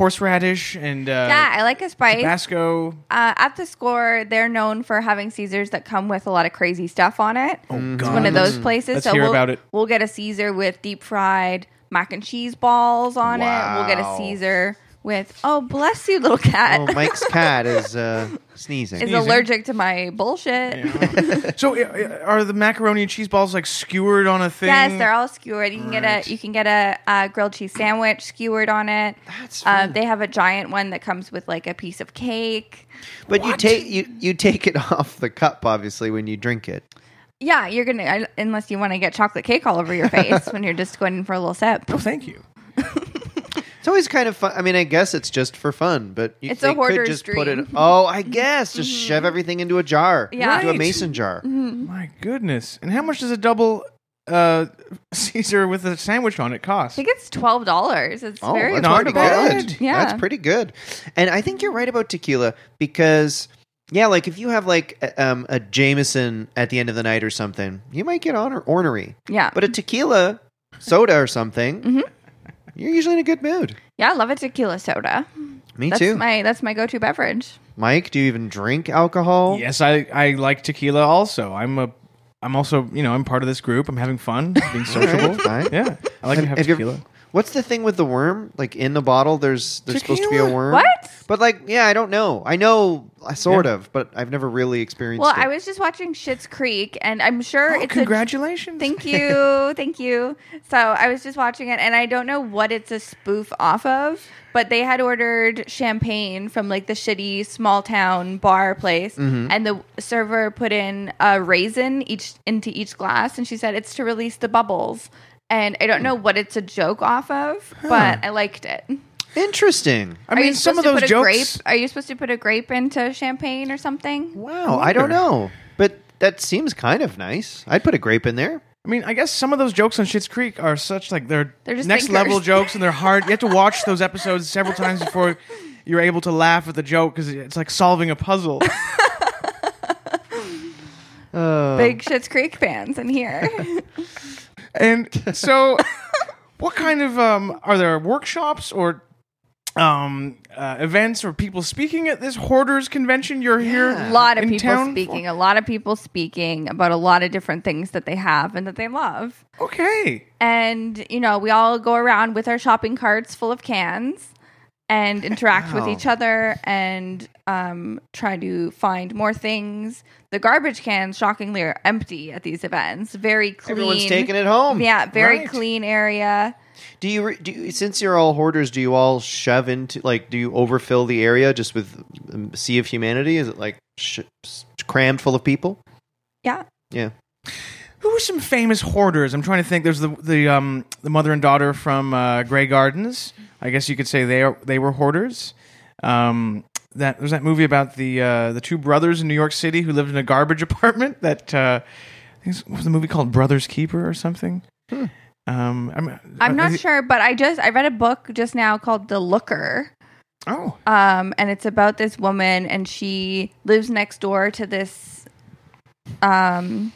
C: horseradish and uh,
D: yeah, I like a spice.
C: Tabasco?
D: uh, at the score, they're known for having Caesars that come with a lot of crazy stuff on it.
C: Oh,
D: It's one of those places.
C: Let's
D: so
C: hear
D: we'll,
C: about it.
D: We'll get a Caesar with deep fried mac and cheese balls on it. We'll get
B: Wow.
D: a Caesar with oh bless you little cat
B: Oh, Mike's cat is uh, sneezing.
D: is
C: Sneezing.
D: allergic to my bullshit.
C: so i- i- are the macaroni and cheese balls like skewered on a thing?
D: Yes, they're all skewered. You can
C: Right.
D: get a you can get a, uh grilled cheese sandwich skewered on it.
B: That's
D: uh,
B: fun.
D: they have a giant one that comes with like a piece of cake.
B: but you take you you take it off the cup, obviously, when you drink it.
D: Yeah, you're gonna I, unless you want to get chocolate cake all over your face when you're just going in for a little sip.
C: Oh, thank you.
B: It's always kind of fun. I mean, I guess it's just for fun, but you,
D: It's
B: they
D: a
B: could
D: hoarder's
B: just put it.
D: dream. Mm-hmm.
B: Oh, I guess just shove everything into a jar,
D: Yeah. Mm-hmm.
B: into a
C: Right.
B: mason jar.
C: My goodness. And how much does a double uh, Caesar with a sandwich on it cost?
D: I think it's twelve dollars. It's
B: Oh,
D: very
B: that's
C: not
B: pretty
D: affordable.
C: bad.
B: good.
D: Yeah.
B: that's pretty good. And I think you're right about tequila because, yeah, like if you have like a, um, a Jameson at the end of the night or something, you might get honor- ornery.
D: Yeah,
B: But a tequila soda or something,
D: Mm-hmm.
B: you're usually in a good mood.
D: yeah, I love a tequila soda.
B: Me
D: that's
B: too.
D: my that's my go to beverage.
B: Mike, do you even drink alcohol?
C: Yes, I, I like tequila also. I'm a I'm also, you know, I'm part of this group. I'm having fun, being sociable.
B: fine.
C: Yeah. I like to have
B: Have you ever-
C: tequila.
B: what's the thing with the worm? Like in the bottle, there's there's supposed to be a
C: Tequila?
B: worm.
D: What?
B: But like, yeah, I don't know. I know, uh, sort
C: Yeah.
B: of, but I've never really experienced.
D: Well,
B: it.
D: I was just watching Schitt's Creek, and I'm sure
C: Oh,
D: it's a
C: congratulations.
D: Thank you. Thank you. So I was just watching it and I don't know what it's a spoof off of, but they had ordered champagne from like the shitty small town bar place
C: Mm-hmm.
D: and the server put in a raisin each into each glass and she said it's to release the bubbles. and I don't know what it's a joke off of, but I liked it.
B: Interesting.
C: I
D: Are
C: mean,
D: you
C: some of
D: supposed
C: those
D: to put a
C: jokes.
D: Grape, are you supposed to put a grape into champagne or something?
B: Wow, Oh, I don't
C: wonder.
B: know, but that seems kind of nice. I'd put a grape in there.
C: I mean, I guess some of those jokes on Schitt's Creek are such like they're,
D: They're just
C: next level
D: thinkers.
C: jokes, and they're hard. You have to watch those episodes several times before you're able to laugh at the joke because it's like solving a puzzle.
B: Uh,
D: Big Shit's Creek fans in here.
C: And so, what kind of um, are there workshops or um, uh, events or people speaking at this hoarders convention? You're here,
D: a lot of
C: in
D: people
C: town for?
D: speaking. A lot of people speaking about a lot of different things that they have and that they love.
C: Okay,
D: And you know, we all go around with our shopping carts full of cans and interact with
B: Wow.
D: each other and um, try to find more things. The garbage cans, shockingly, are empty at these events. Very clean.
B: everyone's taking it home.
D: Yeah, very
C: Right.
D: clean area.
B: Do you, re- do you since you're all hoarders, do you all shove into like do you overfill the area just with um, sea of humanity? Is it like sh- s- crammed full of people?
D: Yeah.
B: Yeah.
C: who were some famous hoarders? I'm trying to think. There's the the um, the mother and daughter from uh, Grey Gardens. I guess you could say they are, they were hoarders. Um, that there's that movie about the uh, the two brothers in New York City who lived in a garbage apartment. That uh, I think it was the movie called Brothers Keeper or something. Um, I'm,
D: I'm
C: I-
D: not
C: I-
D: sure, but I just I read a book just now called The Looker.
C: Oh,
D: um, and it's about this woman, and she lives next door to this, um,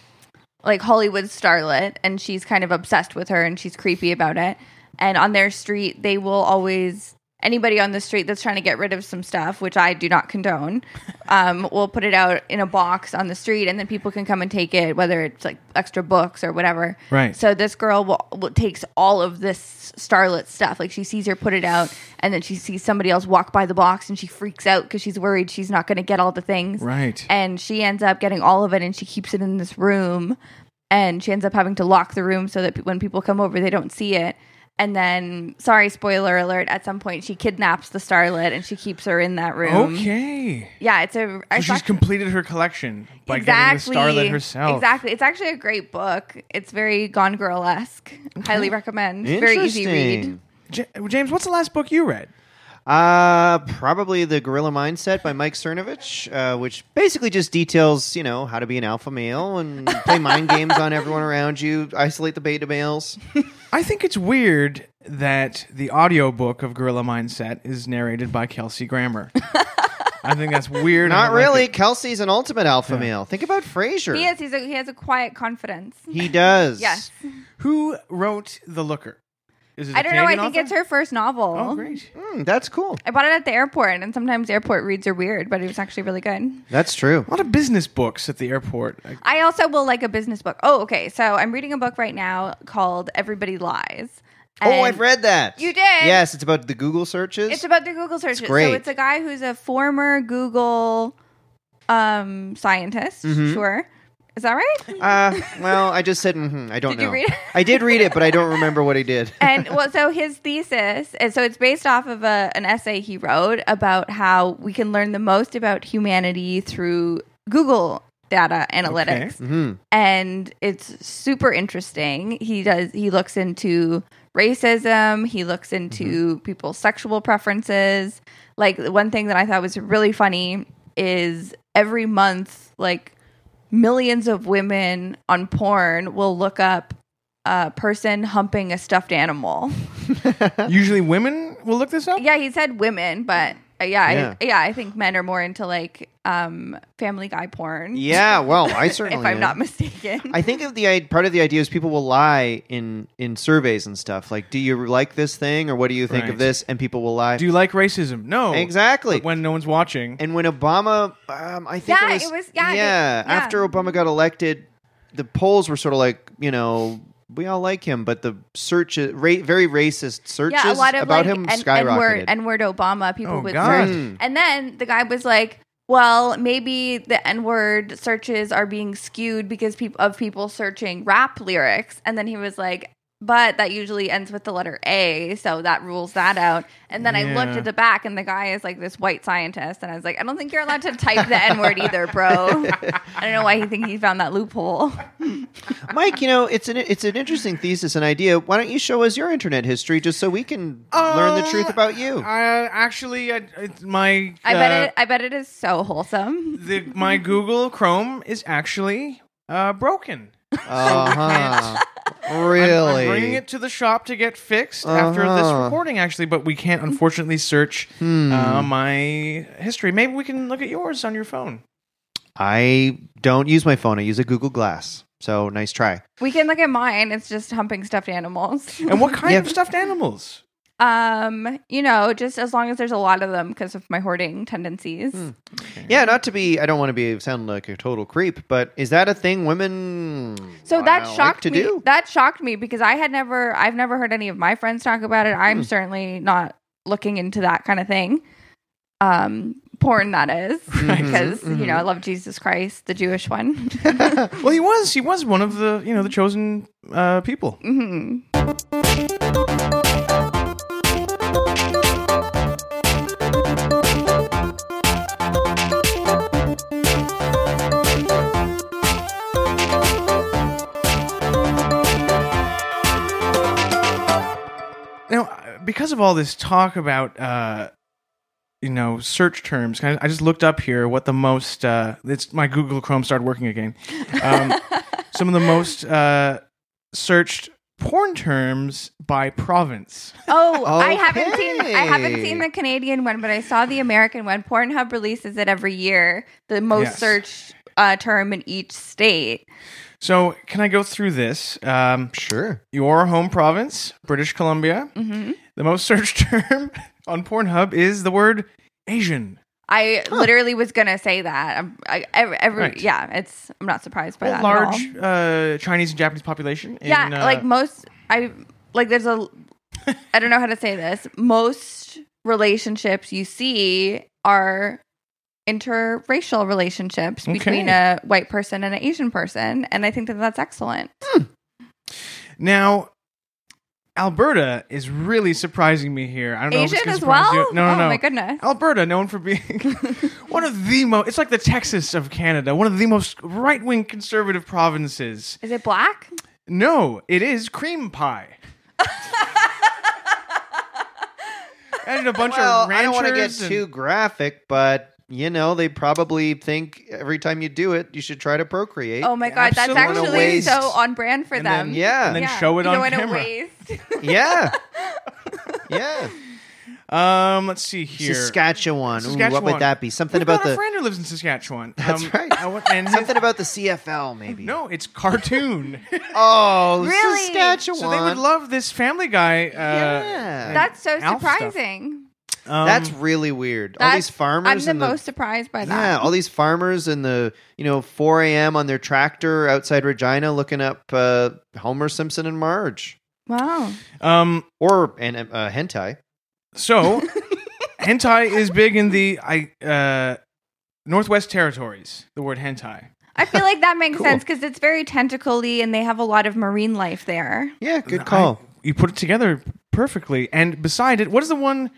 D: like Hollywood starlet, and she's kind of obsessed with her, and she's creepy about it. And on their street, they will always anybody on the street that's trying to get rid of some stuff, which I do not condone, um, will put it out in a box on the street, and then people can come and take it, whether it's like extra books or whatever.
C: Right.
D: So this girl will, will- takes all of this starlet stuff. Like she sees her put it out, and then she sees somebody else walk by the box, and she freaks out because she's worried she's not going to get all the things.
C: Right.
D: And she ends up getting all of it, and she keeps it in this room, and she ends up having to lock the room so that pe- when people come over, they don't see it. And then, sorry, spoiler alert. At some point, she kidnaps the starlet, and she keeps her in that room.
C: okay.
D: Yeah, it's a. I
C: So she's
D: thought-
C: completed her collection by getting the starlet herself.
D: Exactly. It's actually a great book. It's very Gone Girl esque. Highly recommend. Very easy read.
B: Interesting.
C: Ja- James, what's the last book you read?
B: Uh, probably the Gorilla Mindset by Mike Cernovich, uh, which basically just details, you know, how to be an alpha male and play mind games on everyone around you, isolate the beta males.
C: I think it's weird that the audiobook of Gorilla Mindset is narrated by Kelsey Grammer. I think that's weird. I
B: Not
C: don't like
B: really.
C: it.
B: Kelsey's an ultimate alpha male. Think about Frasier.
D: He is. He's a, he has a quiet confidence.
B: He does.
D: Yes.
C: Who wrote The Looker? Is it
D: I
C: a
D: don't know. I
C: Canadian
D: think
C: author?
D: it's her first novel.
C: Oh, great.
B: Hmm, that's cool.
D: I bought it at the airport, and sometimes airport reads are weird, but it was actually really good.
B: That's true.
C: A lot of business books at the airport. I-
D: I also will like a business book. Oh, okay. So I'm reading a book right now called Everybody Lies.
B: oh,
D: And
B: I've read that.
D: You did?
B: Yes, it's about the Google searches.
D: It's about the Google search.
B: great.
D: So it's a guy who's a former Google um, scientist.
B: Mm-hmm.
D: Sure. Is that right?
B: uh, well, I just said, mhm, I don't
D: Did
B: know.
D: you read it?
B: I did read it, but I don't remember what he did.
D: and well, so his thesis, and so it's based off of a, an essay he wrote about how we can learn the most about humanity through Google data analytics,
B: Mhm.
D: and it's super interesting. He does he looks into racism, he looks
B: Mm-hmm.
D: into people's sexual preferences. Like one thing that I thought was really funny is every month, like millions of women on porn will look up a person humping a stuffed animal.
C: Usually women will look this up.
D: Yeah, he said women, but uh, yeah,
B: Yeah.
D: I, yeah, I think men are more into like um Family Guy porn.
B: Yeah, well, I certainly.
D: if I'm
B: am.
D: not mistaken.
B: I think of the i- part of the idea is people will lie in in surveys and stuff. Like, do you like this thing or what do you think
C: Right.
B: of this? And people will lie.
C: Do you like racism? No.
B: exactly.
C: But when no one's watching.
B: and when Obama, um, I think
D: Yeah,
B: it, was,
D: it was- yeah,
B: yeah.
D: they- yeah.
B: After Obama got elected, the polls were sort of like you know we all like him, but the search ra- very racist searches
D: yeah, a lot of
B: about
D: like
B: him
D: and,
B: skyrocketed. Hmm.
D: word N word Obama people
C: Oh,
D: would
C: God.
D: search, and then the guy was like. Well, maybe the N word searches are being skewed because peop- of people searching rap lyrics. And then he was like, but that usually ends with the letter A, so that rules that out. And then I looked
C: Yeah.
D: at the back, and the guy is like this white scientist, and I was like, I don't think you're allowed to type the N word either, bro. I don't know why he think he found that loophole.
B: Mike, you know, it's an it's an interesting thesis and idea. Why don't you show us your internet history just so we can learn the
C: Um,
D: Oh,
B: truth about you?
C: I actually, I, it's my
D: I
C: uh,
D: bet it. I bet it is so wholesome.
C: the, my Google Chrome is actually uh, broken.
B: Uh-huh.
C: I'm
B: really?
C: bringing it to the shop to get fixed after this
B: Uh-huh. Hmm.
C: recording, actually, but we can't unfortunately search uh, my history. Maybe we can look at yours on your phone.
B: I don't use my phone. I use a Google Glass. So nice try.
D: We can look at mine. It's just humping stuffed animals.
C: And what kind
B: Yeah.
C: of stuffed animals?
D: Um, you know, just as long as there's a lot of them because of my hoarding tendencies.
B: Hmm. Yeah, not to be. I don't want to be sound like a total creep, but is that a thing women?
D: So that
B: like
D: shocked
B: to
D: me.
B: do.
D: That shocked me because I had never, I've never heard any of my friends talk about it.
B: Hmm.
D: I'm certainly not looking into that kind of thing. Um, porn that is
C: Right.
B: Mm-hmm.
D: because you know I love Jesus Christ, the Jewish one.
C: Well, he was. He was one of the you know the chosen uh, people.
D: hmm
C: Now, uh, because of all this talk about, uh, you know, search terms, kind of, I just looked up here what the most. Uh, it's my Google Chrome started working again. Um, some of the most uh, searched porn terms by province.
D: Oh, I haven't seen I haven't
B: Okay.
D: seen the Canadian one, but I saw the American one. Pornhub releases it every year, the most
C: Yes.
D: searched uh, term in each state.
C: So, can I go through this? Um,
B: Sure.
C: your home province, British Columbia.
D: hmm
C: The most searched term on Pornhub is the word Asian.
D: I literally was gonna say that. I'm, I, every, every
C: Right.
D: yeah, it's I'm not surprised by that.
C: Well,
D: at all.
C: large uh, Chinese and Japanese population.
D: yeah,
C: in, uh,
D: like most I like there's a I don't know how to say this. Most relationships you see are interracial relationships between a white person and an Asian person, and I think that that's excellent.
C: Now, Alberta is really surprising me here. I don't know if
D: Asian
C: it's gonna
D: as
C: surprise
D: well?
C: You. No, no,
D: oh
C: no.
D: my goodness.
C: Alberta, known for being one of the most, it's like the Texas of Canada, one of the most right wing conservative provinces.
D: Is it black?
C: No, it is cream pie. and a bunch
B: Well,
C: of ranchers.
B: I don't want to get
C: and-
B: too graphic, but you know, they probably think every time you do it, you should try to procreate.
D: Oh my god, that's
C: Absolutely.
B: Wanna
D: actually
B: waste.
D: so on brand for
C: And
D: them.
C: then-
B: yeah.
C: and then show it
D: you
C: on
D: don't wanna
C: camera.
D: waste.
B: yeah. Yeah.
C: Um, let's see here.
B: Saskatchewan. Ooh, what
C: Saskatchewan.
B: would that be? Something
C: We've
B: about
C: got a
B: the
C: friend who lives in Saskatchewan.
B: That's
C: Um,
B: right.
C: I wa- and his-
B: something about the CFL maybe.
C: no, it's cartoon.
B: Oh,
D: Really?
B: Saskatchewan.
C: so they would love this Family Guy. Uh,
B: Yeah.
D: that's so
C: Alf stuff.
D: surprising.
C: um,
B: That's really weird. all
D: That's-
B: these farmers
D: I'm the,
B: and the
D: most surprised by
B: Yeah,
D: that.
B: all these farmers in the you know 4 a.m. on their tractor outside Regina, looking up uh, Homer Simpson and Marge,
D: Wow.
C: um.
B: or and uh, hentai.
C: So, hentai is big in the I uh, Northwest Territories. The word hentai.
D: I feel like that makes
B: Cool.
D: sense because it's very tentacly and they have a lot of marine life there.
B: Yeah, good call.
C: I- you put it together perfectly. And beside it, what is the one?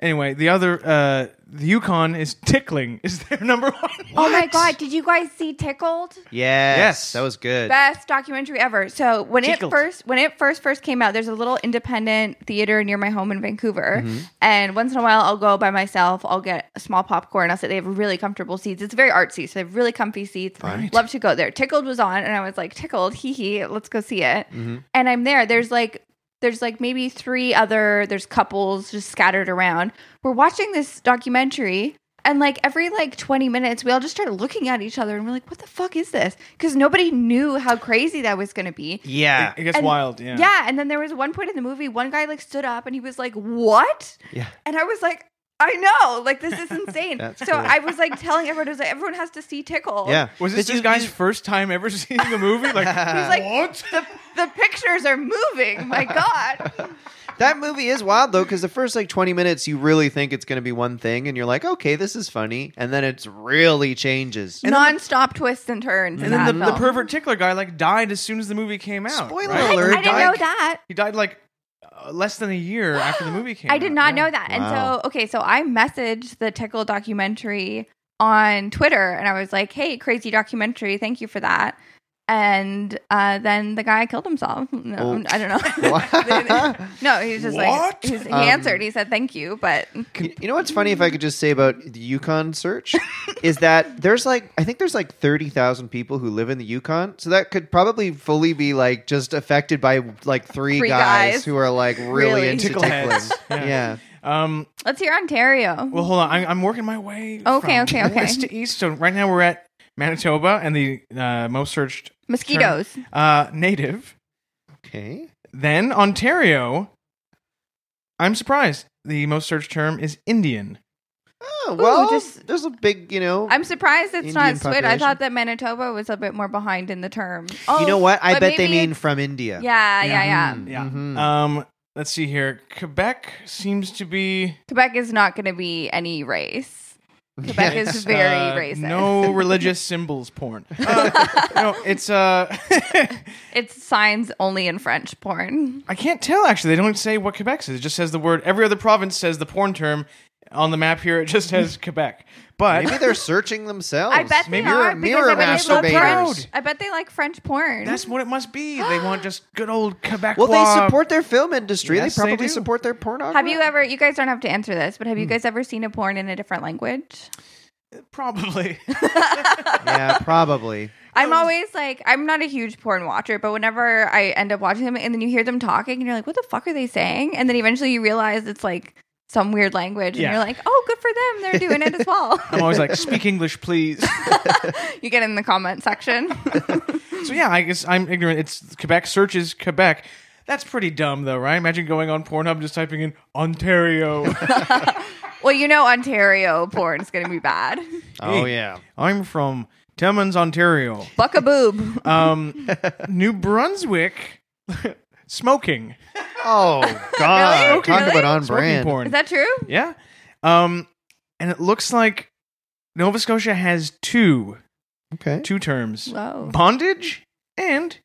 C: Anyway, the other uh, the Yukon is tickling. Is their number one?
D: Oh my god, did you guys see Tickled?
B: yes,
C: Yes.
B: that was good.
D: Best documentary ever. So when
C: Tickled.
D: it first when it first first came out, there's a little independent theater near my home in Vancouver, and once in a while I'll go by myself. I'll get a small popcorn. I'll sit. They have really comfortable seats. It's very artsy, so they have really comfy seats.
C: Right.
D: Love to go there. Tickled was on, and I was like, tickled, hee hee. Let's go see it. And I'm there. There's like there's like maybe three other there's couples just scattered around we're watching this documentary and like every like 20 minutes we all just started looking at each other and we're like what the fuck is this because nobody knew how crazy that was going to be
B: yeah,
C: It, it gets
D: And-
C: wild. Yeah.
D: yeah. and then there was one point in the movie one guy like stood up and he was like what
B: Yeah.
D: and i was like I know, like this is insane.
B: That's
D: so
B: cool.
D: I was like telling everyone, I was like, everyone has to see Tickle.
B: Yeah.
C: Was this
B: Did
C: this
B: you-
C: guy's
B: you-
C: first time ever seeing a movie? Like,
D: He's like,
C: what?
D: the the pictures are moving. My God.
B: That movie is wild though, because the first like twenty minutes you really think it's going to be one thing, and you're like, okay, this is funny, and then it's really changes.
D: Non-stop twists and turns. in
C: And then
D: that
C: the, the
D: film.
C: pervert tickler guy like died as soon as the movie came out.
B: Spoiler
C: right?
D: I,
B: alert,
D: I didn't know
B: Dyke.
D: that.
C: He died like uh, less than a year after the movie came.
D: I did
C: out,
D: not
C: yeah.
D: know that.
B: Wow.
D: And so, okay, so I messaged the Tickle documentary on Twitter and I was like, hey, crazy documentary. Thank you for that. And uh, then the guy killed himself. No,
B: Oh.
D: I don't know.
B: What?
D: no, he was just
C: What?
D: like, he, was- he
B: Um,
D: answered. He said, thank you. But
B: You you know what's funny if I could just say about the Yukon search is that there's like I think there's like 30,000 people who live in the Yukon so that could probably fully be like just affected by like three,
D: Three
B: guys,
D: guys.
B: who are like really,
D: Really.
B: into
C: Tickle
B: tickling.
C: heads.
B: Yeah.
C: Um,
D: let's hear Ontario.
C: well, hold on. I'm, I'm working my way.
D: Okay,
C: from
D: okay, okay.
C: West to east. So right now we're at Manitoba and the uh, most searched
D: Mosquitoes.
C: uh, native.
B: Okay.
C: Then Ontario. I'm surprised. The most searched term is Indian.
B: Oh, well,
D: just-
B: there's a big, you know.
D: I'm surprised it's not
B: Indian
D: Swid. I
B: population.
D: thought that Manitoba was a bit more behind in the term. Oh,
B: you know what? I
D: but
B: bet they
D: maybe
B: mean
D: it's-
B: from India.
D: Yeah, yeah, yeah.
B: Mm,
C: Yeah.
B: mhm.
C: Um, let's see here. Quebec seems to be
D: Quebec is not going to be any race. Quebec
B: Yes.
D: is very
C: uh,
D: racist.
C: No religious symbols porn.
B: Oh.
C: Uh, no, it's uh,
D: It's signs only in French porn.
C: I can't tell actually. They don't say what Quebec is. It just says the word. Every other province says the porn term. On the map here, it just says Quebec. But
B: Maybe they're searching themselves.
D: I bet
C: Maybe
D: they
C: you're
D: are
B: a
D: because I
B: mirror
D: bet they love
B: masturbators.
D: French. I bet they like French porn.
C: that's what it must be. They want just good old Quebec.
B: Well, they support their film industry.
C: Yes, they
B: they probably
C: do.
B: support their pornography.
D: have you ever? You guys don't have to answer this, but have
B: Hmm.
D: you guys ever seen a porn in a different language?
C: probably.
B: yeah, probably.
C: Um,
D: I'm always like, I'm not a huge porn watcher, but whenever I end up watching them, and then you hear them talking, and you're like, what the fuck are they saying? And then eventually you realize it's like some weird language,
C: Yeah.
D: and you're like, oh, good for them, they're doing it as well.
C: I'm always like, speak English, please.
D: you get in the comment section.
C: So yeah, I guess I'm ignorant. It's Quebec searches Quebec. That's pretty dumb though, right? Imagine going on Pornhub and just typing in Ontario.
D: well, you know, Ontario porn's gonna be bad.
B: Oh
C: Hey,
B: yeah.
C: I'm from Timmins, Ontario.
D: Buck a boob.
C: Um, New Brunswick, smoking,
B: Oh God!
D: Really?
B: Talk
D: Really?
B: about on
C: smoking
B: brand.
C: porn.
D: Is that true?
C: yeah. Um, and it looks like Nova Scotia has two
B: Okay.
C: two terms:
D: Whoa.
C: bondage and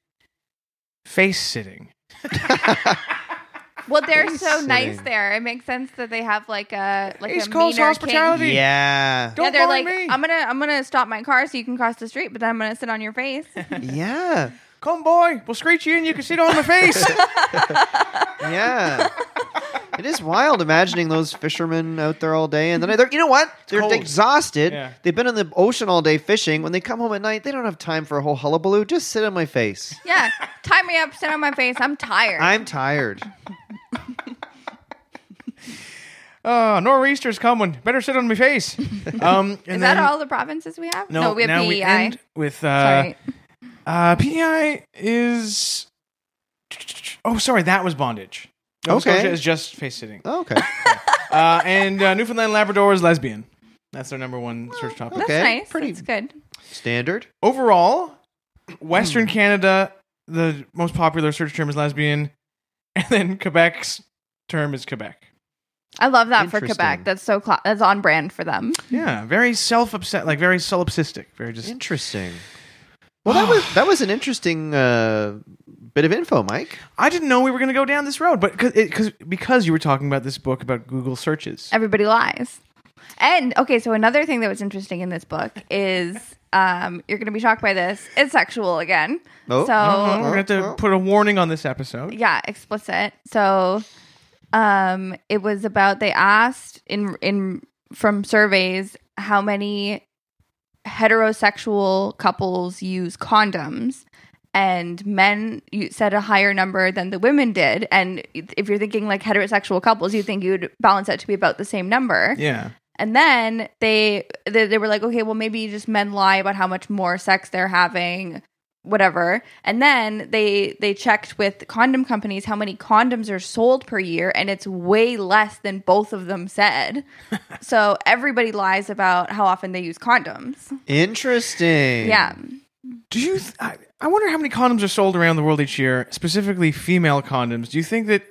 C: face sitting.
D: Well, they're
B: Face
D: so nice
B: sitting.
D: there. It makes sense that they have like a like
C: Ace
D: a
C: Cole's
D: meaner
C: hospitality.
D: king.
B: Yeah.
C: Don't
D: yeah, they're
C: mind
D: like,
C: me.
D: I'm gonna I'm gonna stop my car so you can cross the street, but then I'm gonna sit on your face.
B: Yeah.
C: Come, boy, we'll screech you, and you can sit on my face.
B: Yeah. It is wild imagining those fishermen out there all day, and then they're you know what? They're
C: cold.
B: exhausted.
C: Yeah.
B: They've been in the ocean all day fishing. When they come home at night, they don't have time for a whole hullabaloo. Just sit on my face.
D: yeah, tie me up, sit on my face. I'm tired.
B: I'm tired.
C: Uh, nor'easter's coming. Better sit on my face. Um, and
D: Is
C: then,
D: that all the provinces we have?
C: No,
D: we have
C: now
D: PEI.
C: we end with uh,
D: Sorry.
C: uh, PEI is. Oh, sorry, that was bondage. Nova
B: Okay.
C: Scotia is just face sitting,
B: Oh, Okay.
C: uh, and uh, Newfoundland Labrador is lesbian. That's their number one search topic.
D: That's
B: okay,
D: nice.
B: pretty-
D: That's good.
B: Standard.
C: Overall, Western
D: Hmm.
C: Canada, the most popular search term is lesbian, and then Quebec's term is Quebec.
D: I love that for
B: Interesting.
D: Quebec. That's so cla that's on brand for them.
C: Yeah, very self upset, like very solipsistic, very just
B: Interesting. Well, that was that was an interesting uh, bit of info, Mike.
C: I didn't know we were going to go down this road, but because because because you were talking about this book about Google searches.
D: everybody lies. And okay, so another thing that was interesting in this book is um, you're going to be shocked by this. It's sexual again.
B: Oh,
D: so
C: Oh, we're going to have to put a warning on this episode.
D: yeah, explicit. So um, it was about they asked in in from surveys how many heterosexual couples use condoms and men you said a higher number than the women did and if you're thinking like heterosexual couples you think you'd balance that to be about the same number
C: Yeah.
D: and then they, they they were like, okay, well maybe just men lie about how much more sex they're having whatever and then they they checked with condom companies how many condoms are sold per year and it's way less than both of them said so everybody lies about how often they use condoms
B: Interesting.
D: yeah
C: Do you? Th- I, I wonder how many condoms are sold around the world each year, specifically female condoms. Do you think that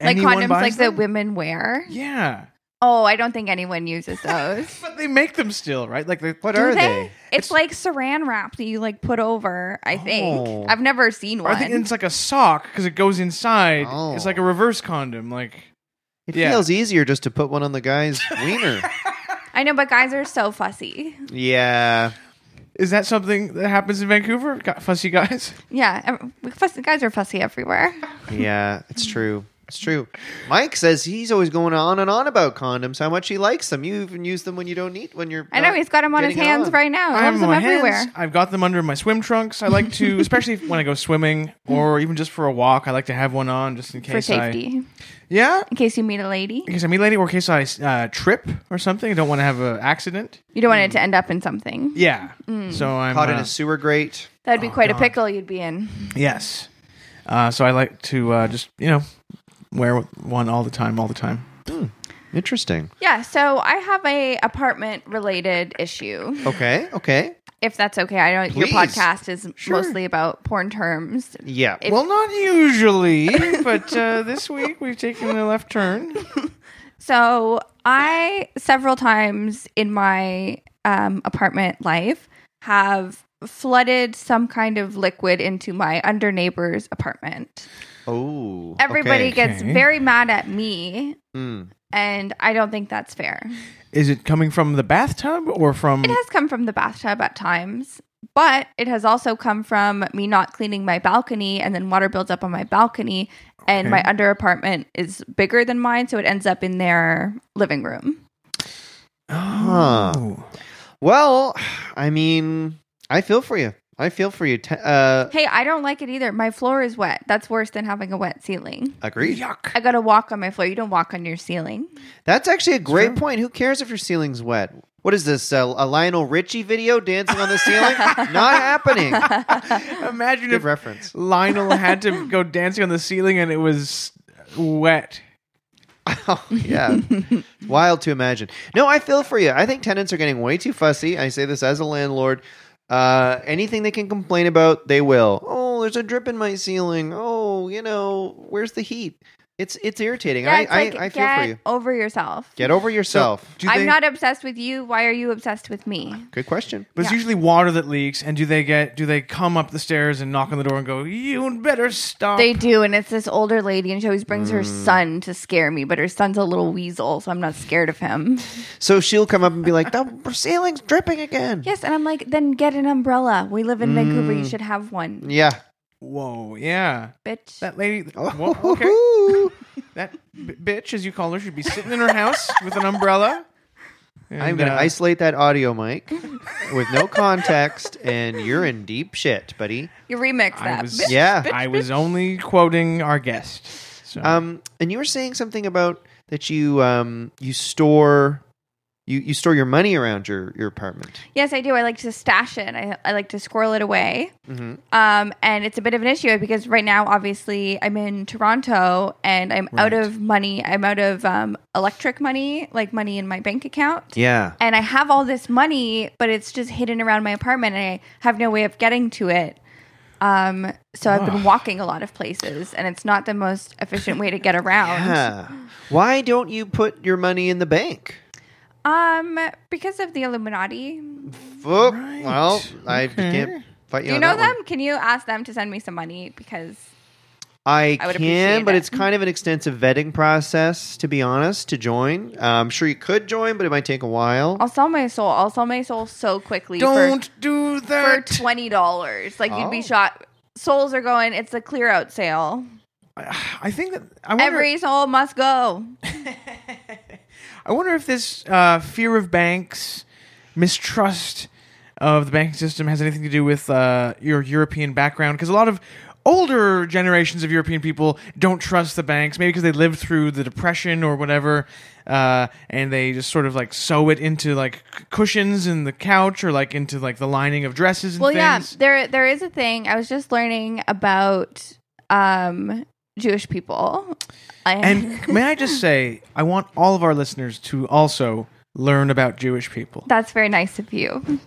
D: like
C: anyone
D: condoms
C: buys
D: like
C: them?
D: that women wear
C: Yeah,
D: oh i don't think anyone uses those
C: but they make them still, right? Like they,
B: What
D: Do
B: are
D: they?
B: they?
D: It's, like saran wrap that you like put over. I
B: Oh.
D: think I've never seen
C: Or
D: one.
C: I think it's like a sock because it goes inside.
B: Oh.
C: It's like a reverse condom. Like
B: It
C: Yeah.
B: feels easier just to put one on the guy's wiener.
D: I know, but guys are so fussy.
B: Yeah.
C: is that something that happens in Vancouver? Got fussy guys.
D: Yeah, ev- we fuss, guys are fussy everywhere.
B: Yeah, it's true. It's true. Mike says he's always going on and on about condoms, how much he likes them. You even use them when you don't need when you're.
D: I know
B: not
D: he's got them on his
B: getting it
D: hands
B: on.
D: right now.
C: I
D: He
C: have
D: loves
C: them
D: them
C: on my
D: everywhere.
C: hands. I've got them under my swim trunks. I like to, especially when I go swimming or even just for a walk. I like to have one on just in
D: For
C: case. I-
D: safety,
C: yeah.
D: in case you meet a lady,
C: In case I meet a lady or in case I uh, trip or something. I don't want to have an accident.
D: you don't want it to end up in something.
C: Mm. Yeah.
D: Mm.
C: So I'm
B: Caught
C: uh,
B: in a sewer grate.
D: That'd be quite
C: God.
D: a pickle you'd be in.
C: yes. Uh, so I like to uh, just you know wear one all the time, all the time.
B: Interesting.
D: Yeah, so I have a apartment related issue.
B: Okay. Okay.
D: If that's okay, I know your
B: Please.
D: podcast is mostly about porn terms.
B: Yeah.
D: If-
C: well, not usually, but uh, this week we've taken a left turn.
D: So I several times in my um, apartment life have flooded some kind of liquid into my under neighbor's apartment.
B: oh.
D: Everybody
B: okay.
D: gets
C: Okay.
D: very mad at me,
B: Mm.
D: and I don't think that's fair.
C: Is it coming from the bathtub or from?
D: It has come from the bathtub at times, but it has also come from me not cleaning my balcony, and then water builds up on my balcony, and
C: Okay.
D: my under apartment is bigger than mine, so it ends up in their living room.
C: oh.
B: Well, I mean, I feel for you. I feel for you. Te- uh,
D: Hey, I don't like it either. My floor is wet. That's worse than having a wet ceiling.
B: agreed.
C: yuck!
D: I gotta walk on my floor. You don't walk on your ceiling.
B: That's actually a great
C: true.
B: point. Who cares if your ceiling's wet? What is this? Uh, a Lionel Richie video dancing on the ceiling? Not happening.
C: Imagine
B: Good
C: if
B: reference.
C: Lionel had to go dancing on the ceiling and it was wet.
B: Oh, yeah. It's wild to imagine. No, I feel for you. I think tenants are getting way too fussy. I say this as a landlord. Uh, anything they can complain about, they will. Oh, there's a drip in my ceiling. Oh, you know, where's the heat? It's it's irritating.
D: Yeah,
B: I,
D: it's
B: I,
D: like,
B: I feel
D: get
B: for you.
D: over yourself.
B: Get over yourself.
C: Do
D: I'm
C: they-
D: not obsessed with you. Why are you obsessed with me?
B: Good question.
C: But it's
D: Yeah.
C: usually water that leaks. And do they get? Do they come up the stairs and knock on the door and go, "You better stop"?
D: They do, and it's this older lady, and she always brings her son to scare me, but her son's a little weasel, so I'm not scared of him.
B: So she'll come up and be like, the ceiling's dripping again.
D: Yes, and I'm like, then get an umbrella. We live in Vancouver. You should have one,
B: Yeah.
C: Whoa! Yeah,
D: bitch.
C: that lady.
B: Oh,
C: Whoa, okay. That b- bitch, as you call her, should be sitting in her house with an umbrella. And,
B: I'm going to
C: uh,
B: isolate that audio mic with no context, and you're in deep shit, buddy.
D: you remix
C: I
D: that.
C: was,
D: bitch.
B: Yeah.
C: I was only quoting our guest. So.
B: Um, and you were saying something about that you um you store you you store your money around your your apartment.
D: Yes, I do. I like to stash it. I, I like to squirrel it away.
B: Mhm.
D: Um, and it's a bit of an issue because right now, obviously, I'm in Toronto and I'm out
C: Right.
D: of money. I'm out of um, electric money, like money in my bank account.
B: Yeah.
D: And I have all this money, but it's just hidden around my apartment and I have no way of getting to it. Um, so I've been walking a lot of places and it's not the most efficient way to get around.
B: Why don't you put your money in the bank?
D: Um, because of the Illuminati.
B: Oh, Well, I
C: Okay.
B: can't fight you.
D: Do you
B: on
D: know
B: that one.
D: them? Can you ask them to send me some money? Because
B: I,
D: I would
B: can,
D: appreciate
B: but
D: it.
B: it's kind of an extensive vetting process, to be honest, to join. Uh, I'm sure you could join, but it might take a while.
D: I'll sell my soul. I'll sell my soul so quickly. for-
C: don't do
D: for
C: that.
D: twenty dollars. Like you'd
B: Oh.
D: be shot. Souls are going. It's a clear out sale.
C: I think that I wonder.
D: Every soul must go.
C: I wonder if this uh, fear of banks, mistrust of the banking system, has anything to do with uh, your European background. Because a lot of older generations of European people don't trust the banks, maybe because they lived through the Depression or whatever, uh, and they just sort of like sew it into like c- cushions in the couch or like into like the lining of dresses and
D: well, yeah,
C: things.
D: there there is a thing. I was just learning about um, Jewish people,
C: And may I just say, I want all of our listeners to also learn about Jewish people.
D: That's very nice of you.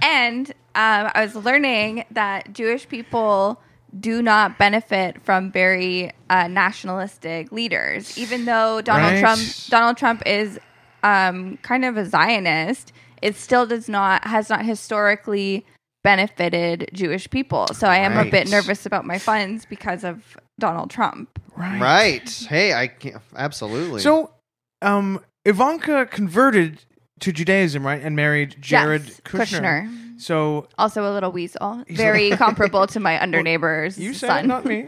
D: and um, I was learning that Jewish people do not benefit from very uh, nationalistic leaders, even though Donald
C: Right.
D: Trump Donald Trump is um, kind of a Zionist. It still does not has not historically benefited Jewish people. So I am a
B: Right.
D: bit nervous about my funds because of Donald Trump.
B: Right. Hey, I can't. Absolutely.
C: So, um, Ivanka converted to Judaism, right, and married Jared
D: Yes,
C: Kushner.
D: Kushner.
C: So
D: Also a little weasel,
C: a-
D: very comparable to my under neighbor's
C: you said
D: son.
C: it, not me.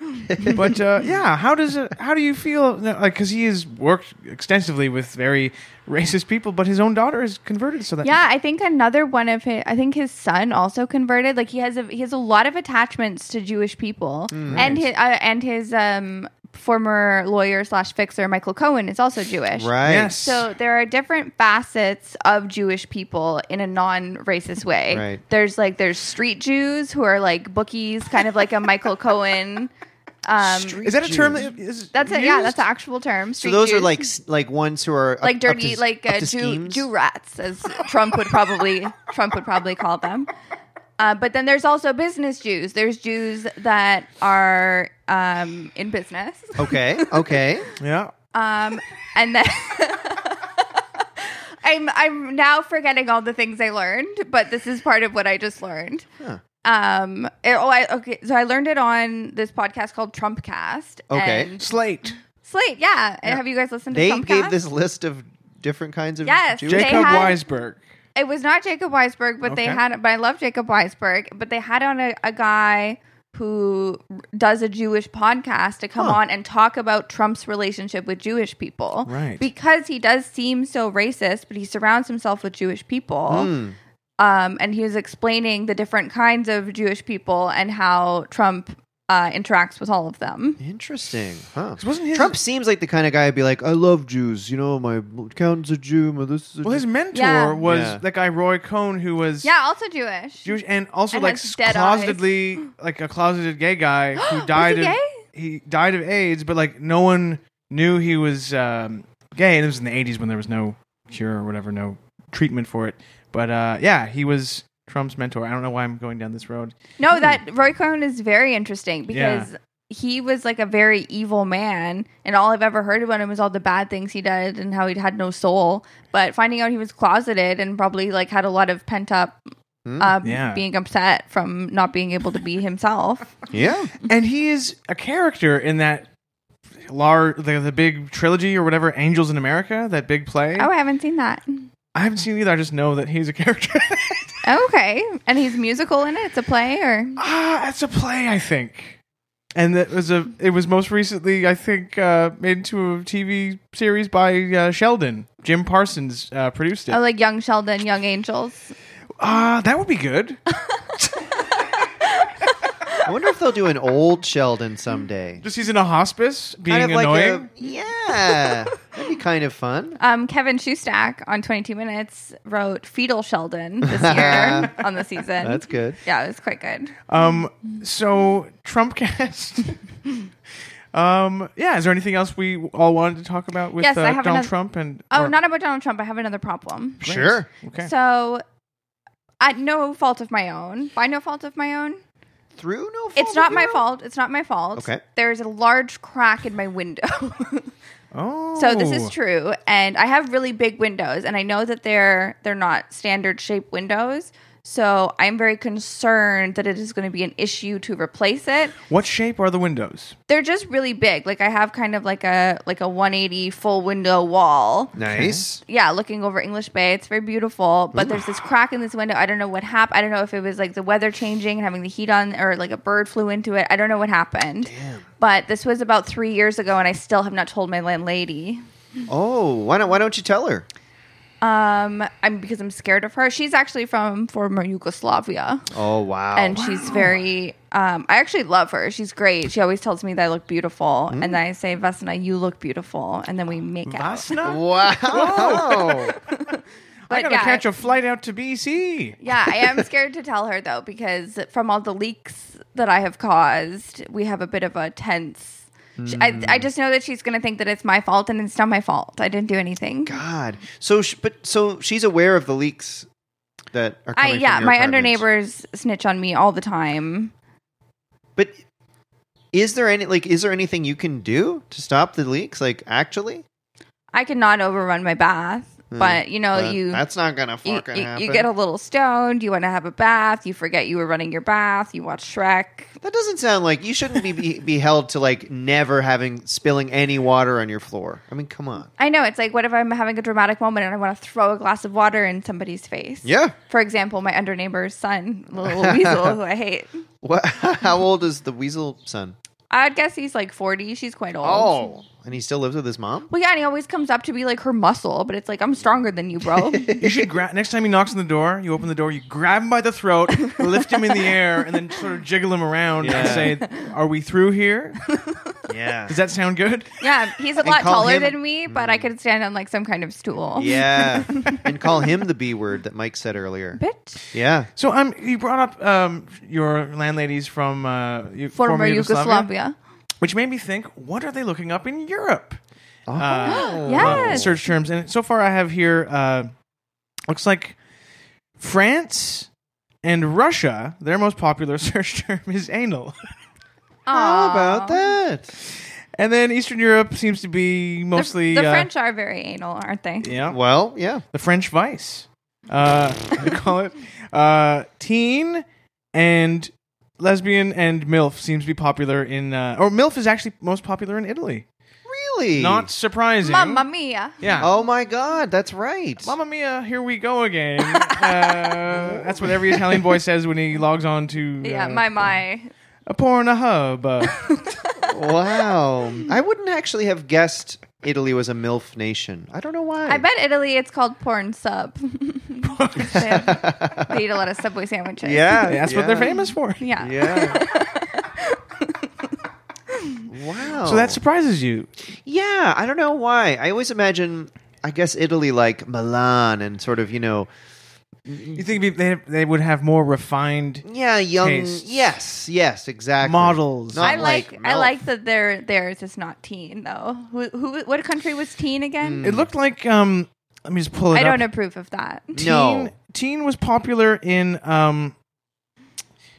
C: but uh, yeah, how does it? How do you feel? Like, because he has worked extensively with very racist people, but his own daughter is converted, so that
D: yeah, I think another one of his. I think his son also converted. Like he has a he has a lot of attachments to Jewish people,
B: Mm.
D: and his uh, and his um former lawyer slash fixer Michael Cohen is also Jewish.
B: right.
C: yes.
D: So there are different facets of Jewish people in a non-racist way.
B: Right.
D: There's like there's street Jews who are like bookies, kind of like a Michael Cohen. Um,
C: is that a term?
B: Jews.
C: That is
D: that's a, yeah,
C: used?
D: that's the actual term.
B: So
D: street
B: those are
D: Jews.
B: like s- like ones who are up-
D: like
B: up
D: dirty,
B: to-
D: like
B: up
D: uh,
B: to
D: Jew,
B: schemes?
D: Jew rats, as Trump would probably Trump would probably call them. Uh, but then there's also business Jews. There's Jews that are um, in business,
B: Okay. Okay.
C: yeah.
D: um, and then I'm I'm now forgetting all the things I learned, but this is part of what I just learned.
B: Huh.
D: Um, it- oh, I okay. So I learned it on this podcast called Trumpcast.
B: Okay.
D: and
C: Slate.
D: Slate. Yeah, And have you guys listened to
B: they
D: Trumpcast?
B: gave this list of different kinds of
D: Yes,
B: Jewish
D: They
C: Jacob
D: had-
C: Weisberg.
D: It was not Jacob Weisberg, but they
C: Okay.
D: had. But I love Jacob Weisberg. But they had on a, a guy who does a Jewish podcast to come on and talk about Trump's relationship with Jewish people,
C: Right.
D: Because he does seem so racist, but he surrounds himself with Jewish people.
C: Hmm.
D: Um, and he was explaining the different kinds of Jewish people and how Trump uh, interacts with all of them.
B: Interesting, huh?
C: 'Cause wasn't his-
B: Trump seems like the kind of guy who'd be like, "I love Jews. You know, my accountant's a Jew. My this is a
C: Well, his
B: Jew."
C: mentor
D: Yeah.
C: was
B: Yeah.
C: that guy Roy Cohn, who was
D: Yeah, also Jewish.
C: Jewish and also
D: And
C: like
D: has
C: s-
D: dead eyes.
C: closetedly like a closeted gay guy who
D: Was
C: died
D: he
C: of
D: gay?
C: he died of AIDS, but like no one knew he was um, gay, and it was in the eighties when there was no cure or whatever, no treatment for it. But uh, yeah, he was Trump's mentor. I don't know why I'm going down this road.
D: No, that Roy Cohn is very interesting because he was like a very evil man, and all I've ever heard about him was all the bad things he did and how he had no soul. But finding out he was closeted and probably like had a lot of pent up, uh,
C: yeah.
D: being upset from not being able to be himself.
B: yeah,
C: and he is a character in that large the, the big trilogy or whatever, Angels in America, that big play.
D: oh, I haven't seen that.
C: I haven't seen it either. I just know that he's a character.
D: Okay, and he's musical in it. It's a play, or
C: Ah, it's a play, I think. And it was a. It was most recently, I think, uh, made into a TV series by uh, Sheldon. Jim Parsons uh, produced it.
D: oh, like Young Sheldon, Young Angels.
C: Ah, that would be good.
B: I wonder if they'll do an old Sheldon someday.
C: Just he's in a hospice being
B: kind of
C: annoying.
B: like a yeah, that'd be kind of fun.
D: Um, Kevin Shustak on 22 Minutes wrote Fetal Sheldon this year on the season.
B: That's good.
D: Yeah, it was quite good.
C: um.
D: Mm-hmm.
C: So Trumpcast. um. Yeah. Is there anything else we all wanted to talk about with
D: Yes,
C: uh,
D: I have
C: Donald
D: another-
C: Trump and?
D: Oh,
C: or-
D: not about Donald Trump. I have another problem.
C: Great.
B: Sure.
C: Okay.
D: So, at no fault of my own, by no fault of my own,
B: Through no. fault
D: it's not
B: of
D: my
B: your own?
D: fault. It's not my fault.
B: Okay.
D: There's a large crack in my window.
C: oh.
D: so this is true, and I have really big windows, and I know that they're they're not standard shape windows. So I'm very concerned that it is going to be an issue to replace it.
C: What shape are the windows?
D: They're just really big. Like I have kind of like a like a 180 full window wall.
B: Nice.
D: yeah, looking over English Bay. It's very beautiful, but there's this crack in this window. I don't know what happened. I don't know if it was like the weather changing and having the heat on, or like a bird flew into it. I don't know what happened. But this was about three years ago, and I still have not told my landlady.
B: Oh, why don't why don't you tell her?
D: Um, I'm because I'm scared of her. She's actually from former Yugoslavia,
B: Oh wow.
D: and she's very. Um, I actually love her. She's great. She always tells me that I look beautiful,
C: Hmm.
D: and then I say, "Vesna, you look beautiful," and then we make out.
C: Vasna?
B: wow.
D: Oh, But
C: I gotta
D: yeah,
C: catch a flight out to BC.
D: yeah, I am scared to tell her though because from all the leaks that I have caused, we have a bit of a tense. She- I,
B: Hmm.
D: I just know that she's going to think that it's my fault, and it's not my fault. I didn't do anything.
B: God. So, sh- but so she's aware of the leaks that are
D: I
B: coming. from
D: yeah,
B: your
D: my under
B: apartment.
D: neighbors snitch on me all the time.
B: But is there any like is there anything you can do to stop the leaks? Like actually,
D: I cannot overrun my bath, but you know,
B: Hmm. But
D: you
B: that's not gonna
D: you,
B: fucking
D: you- you
B: happen.
D: get a little stoned. You want to have a bath. You forget you were running your bath. You watch Shrek.
B: that doesn't sound like you shouldn't be, be be held to like never having spilling any water on your floor. I mean, come on.
D: I know it's like, what if I'm having a dramatic moment and I want to throw a glass of water in somebody's face?
B: Yeah.
D: For example, my under neighbor's son, the little weasel, who I hate.
B: What? How old is the weasel son?
D: I'd guess he's like 40. She's quite old.
B: and he still lives with his mom.
D: Well, yeah, and he always comes up to be like her muscle, but it's like, I'm stronger than you, bro.
C: You should grab next time he knocks on the door. You open the door, you grab him by the throat, lift him in the air, and then sort of jiggle him around
B: Yeah.
C: and say, "Are we through here?
B: Yeah.
C: Does that sound good?"
D: yeah, he's a lot
B: call
D: taller
B: him- Mm.
D: than me, but I could stand on like some kind of stool.
B: Yeah. and call him the B word that Mike said earlier.
D: Bitch.
B: Yeah.
C: So um, you brought up um, your landladies from uh, you-
D: Former, Yugoslavia.
C: which made me think, what are they looking up in Europe?
B: Oh.
C: Uh,
D: Yes.
C: uh, search terms. And so far, I have here uh, looks like France and Russia. Their most popular search term is anal,
B: How
D: Aw.
B: about that?
C: and then Eastern Europe seems to be
D: The-
C: mostly
D: the,
C: uh,
D: French are very anal, aren't they?
C: Yeah,
B: Well, yeah.
C: the French vice. Uh, they call it uh, teen and lesbian and MILF seems to be popular in, uh, or MILF is actually most popular in Italy.
B: Really?
C: Not surprising.
D: Mamma mia.
C: Yeah.
B: Oh my God, that's right.
C: Mamma mia, here we go again. uh, that's what every Italian boy says when he logs on to
D: Yeah,
C: uh,
D: my my.
C: a porn hub. Uh,
B: Wow. I wouldn't actually have guessed Italy was a MILF nation. I don't know why.
D: I bet Italy it's called porn sub. they, have- they eat a lot of Subway sandwiches.
B: Yeah.
C: that's what they're famous for.
D: Yeah.
B: Yeah. wow.
C: So that surprises you.
B: Yeah, I don't know why. I always imagine, I guess, Italy like Milan and sort of, you know,
C: You think it'd be- they they would have more refined?
B: yeah, young.
C: Tastes.
B: Yes, yes, exactly.
C: Models.
B: Not
D: I like, I
B: MILF.
D: like that their theirs is not teen though. Who, who what country was teen again?
C: It looked like um. Let me just pull
B: Mm.
C: it
D: I
C: up.
D: don't approve of that.
C: Teen,
B: No.
C: teen was popular in um.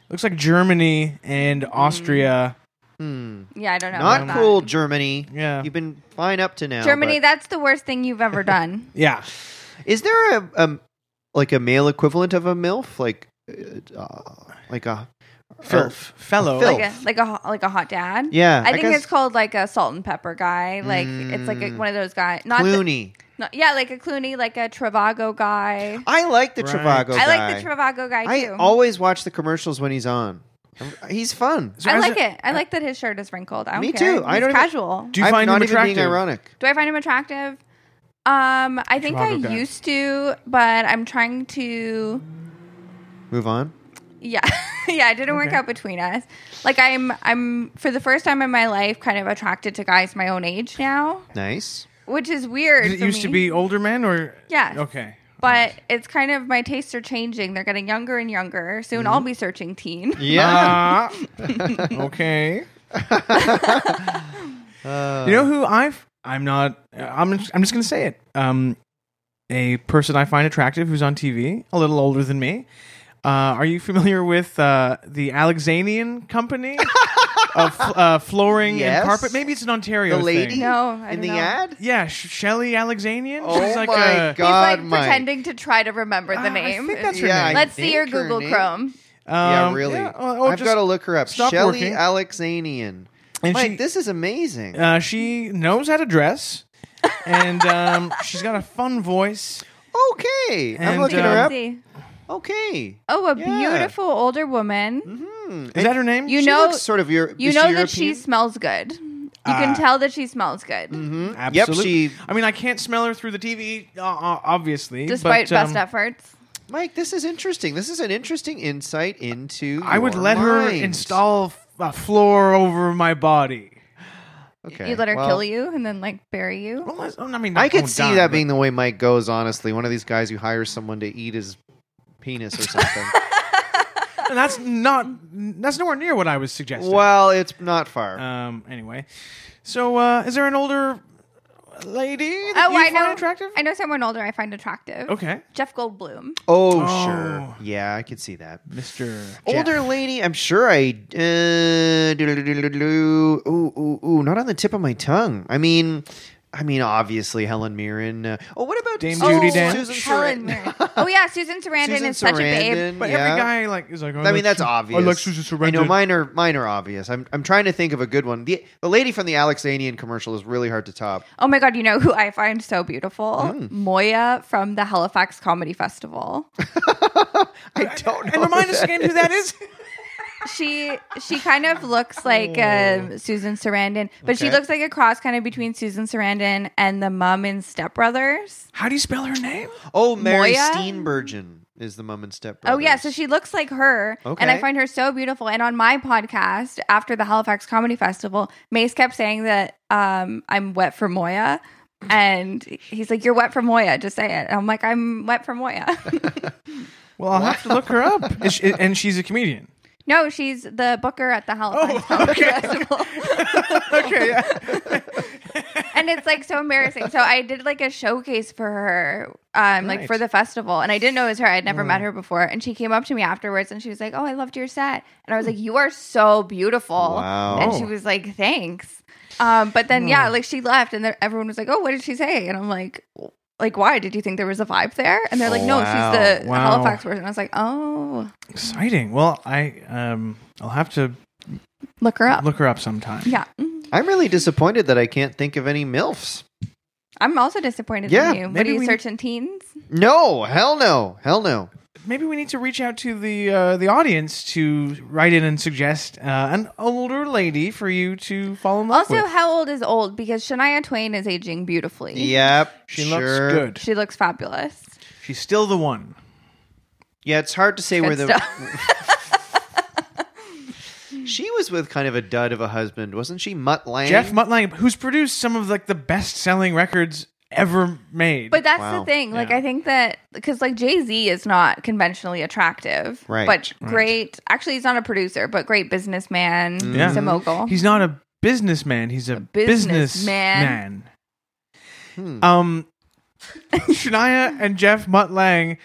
C: Looks like Germany and
B: Mm.
C: Austria.
B: Hmm.
D: Yeah, I don't know.
B: Not
D: about
B: cool, Germany.
C: Yeah.
B: You've been fine up to now.
D: That. Germany,
B: but-
D: that's the worst thing you've ever done.
C: Yeah.
B: Is there a, a like a male equivalent of a MILF? Like, uh, like a.
C: Filth. Er, Fellow.
B: Filth.
D: like a like a ho- like a hot dad.
B: Oh. Yeah.
D: I, think
B: guess
D: it's called like a salt and pepper guy. Like it's like a,
B: Mm.
D: one of those guys. Not, the-
B: Clooney.
D: not- yeah, like a Clooney, like a Travago guy.
B: I like the
C: Right.
B: Travago
D: I
B: guy.
D: like the Travago guy
B: I
D: too.
B: always watch the commercials when he's on. He's fun.
C: So
D: I
C: as
D: like
C: a-
D: it. I like that his shirt is wrinkled. I don't
B: Me
D: care.
B: too. I
D: He's
B: don't even-
D: casual.
C: Do you
B: I'm
C: find
B: not
C: him
B: even being
C: attractive?
B: ironic.
D: Do I find him attractive? Um, I think I
C: Travago guy.
D: used to, but I'm trying to.
B: Move on.
D: Yeah, yeah, it didn't work
C: Okay.
D: out between us. Like I'm, I'm for the first time in my life, kind of attracted to guys my own age now,
B: Nice.
D: which is weird.
C: Did it
D: for
C: used to
D: me.
C: be older men or?
D: Yes.
C: Okay.
D: but it's kind of my tastes are changing. They're getting younger and younger. Soon
C: Mm-hmm.
D: I'll be searching teen.
B: Ah,
C: Uh, okay.
B: Uh.
C: You know who I've I'm not I'm just, I'm just going to say it. Um a person I find attractive who's on TV, a little older than me. Uh, are you familiar with uh, the Alexanian Company of fl- uh, flooring
B: Yes.
C: and carpet? Maybe it's an Ontario
B: the lady
C: thing.
D: No, I
B: in
D: don't
B: the
D: know.
B: ad.
C: Yeah, Sh- Shelley Alexanian.
B: Oh
C: She's like
B: my
C: a,
B: God.
D: He's like
B: Mike.
D: pretending to try to remember
C: Ah,
D: the
C: I
D: name.
C: think that's her
B: Yeah,
C: name.
B: I
D: Let's see your
B: think her
D: Google
B: name-
D: Chrome.
B: yeah,
C: um,
B: really.
C: yeah, or- or
B: I've
C: just-
B: got to look her up.
C: stop
B: Shelly
C: working.
B: Alexanian.
C: and
B: Mike,
C: she-
B: this is amazing.
C: Uh, she knows how to dress, and um, she's got a fun voice.
B: okay, I'm
C: and,
B: looking
C: um,
B: her up.
D: Let's see.
B: Okay,
D: Oh, a
B: Yeah.
D: beautiful older woman.
B: hmm.
C: Is that her name?
D: You
B: she
D: know,
B: looks sort of Euro-
D: you
B: is
D: know
B: she
D: that she
B: European? Mm-hmm.
D: smells good. You can
C: Ah.
D: tell that she smells good,
C: Absolutely.
B: Yep, she.
C: Mm, I mean, I can't smell her through the TV, uh, uh, obviously.
D: despite
C: but, um,
D: best efforts.
B: Mike, this is interesting. This is an interesting insight into.
C: I would
B: your
C: let her
B: mind.
C: install f- a floor over my body.
B: Okay,
D: you let her
B: well,
D: kill you and then like bury you.
C: Well, I mean,
B: I
C: not-
B: could
C: won't
B: see
C: die,
B: that
C: but-
B: being the way Mike goes. Honestly, one of these guys who hires someone to eat his penis or something.
C: And that's not. That's nowhere near what I was suggesting.
B: well, it's not far.
C: Um. Anyway, so uh, is there an older lady that
D: Oh,
C: you
D: I
C: find
D: know.
C: attractive?
D: I know someone older I find attractive.
C: Okay,
D: Jeff Goldblum.
B: oh,
C: oh.
B: sure. Yeah, I could see that.
C: Mister
B: Older lady, I'm sure I. Uh, doo-doo-doo-doo-doo. ooh, ooh, ooh, not on the tip of my tongue. I mean, I mean, obviously Helen Mirren. Uh, oh, what about
C: Dame
B: Su-
C: Judi
B: Susan
C: Dench?
D: Helen
B: Sarandon?
D: Mirren. Oh yeah, Susan Sarandon
B: Susan
D: is such a babe.
B: Sarandon,
C: But
B: yeah.
C: every guy like is like. Oh,
B: I mean, that's obvious.
C: I like Susan Sarandon.
B: I know mine are mine are obvious. I'm I'm trying to think of a good one. The the lady from the Alex Anian commercial is really hard to top.
D: Oh my god, you know who I find so beautiful?
B: Mm.
D: Moya from the Halifax Comedy Festival.
B: I don't know.
C: And remind
B: who
C: us
B: that
C: again who that is.
D: she she kind of looks like um, Susan Sarandon, but she
B: Oh. Okay.
D: looks like a cross kind of between Susan Sarandon and the mum in Step Brothers.
C: How do you spell her name?
B: Oh, Mary
D: Moya?
B: Steenburgen is the mum and step.
D: Oh yeah, so she looks like her, and I
B: Okay.
D: find her so beautiful. And on my podcast after the Halifax Comedy Festival, Mace kept saying that um, I'm wet for Moya, and he's like, "You're wet for Moya, just say it." And I'm like, "I'm wet for Moya."
C: Well, I'll have to look her up. Is she- and she's a comedian.
D: no, she's the booker at the Halifax Comedy Festival.
C: Okay, yeah.
D: and it's like so embarrassing. So I did like a showcase for her, um, like
C: Right.
D: for the festival, and I didn't know it was her. I'd never
C: Mm.
D: met her before, and she came up to me afterwards, and she was like, "Oh, I loved your set," and I was like,
C: Mm.
D: "You are so beautiful,"
B: Wow.
D: and she was like, "Thanks." Um, but then
C: Mm.
D: yeah, like she left, and then everyone was like, "Oh, what did she say?" And I'm like. Like, why did you think there was a vibe there? And they're like, no,
B: Wow.
D: she's the
C: Wow.
D: Halifax person. I was like, oh,
C: Exciting. Well, I um, I'll have to
D: look her up.
C: look her up sometime.
D: yeah, Mm.
B: I'm really disappointed that I can't think of any milfs.
D: I'm also disappointed
B: Yeah,
D: in you. What are
C: maybe
D: you
C: we-
D: searching teens?
B: No, hell no, hell no.
C: Maybe we need to reach out to the uh, the audience to write in and suggest uh, an older lady for you to fall in love
D: Also,
C: with.
D: how old is old? Because Shania Twain is aging beautifully.
B: Yep,
C: She
B: sure.
C: looks good.
D: She looks fabulous.
C: She's still the one.
B: Yeah, it's hard to say where
D: Good
B: the
D: stuff.
B: she was with kind of a dud of a husband, wasn't she? Mutt Lang.
C: Jeff Mutlang, who's produced some of like the best selling records ever made.
D: But that's
B: Wow.
D: the thing. Like,
C: Yeah.
D: I think that because like Jay Z is not conventionally attractive,
B: Right.
D: But great. Actually, he's not a producer, but great businessman.
C: Yeah.
D: He's a mogul.
C: he's not a businessman, he's a,
D: businessman.
C: businessman. Um Shania and Jeff Mutlang,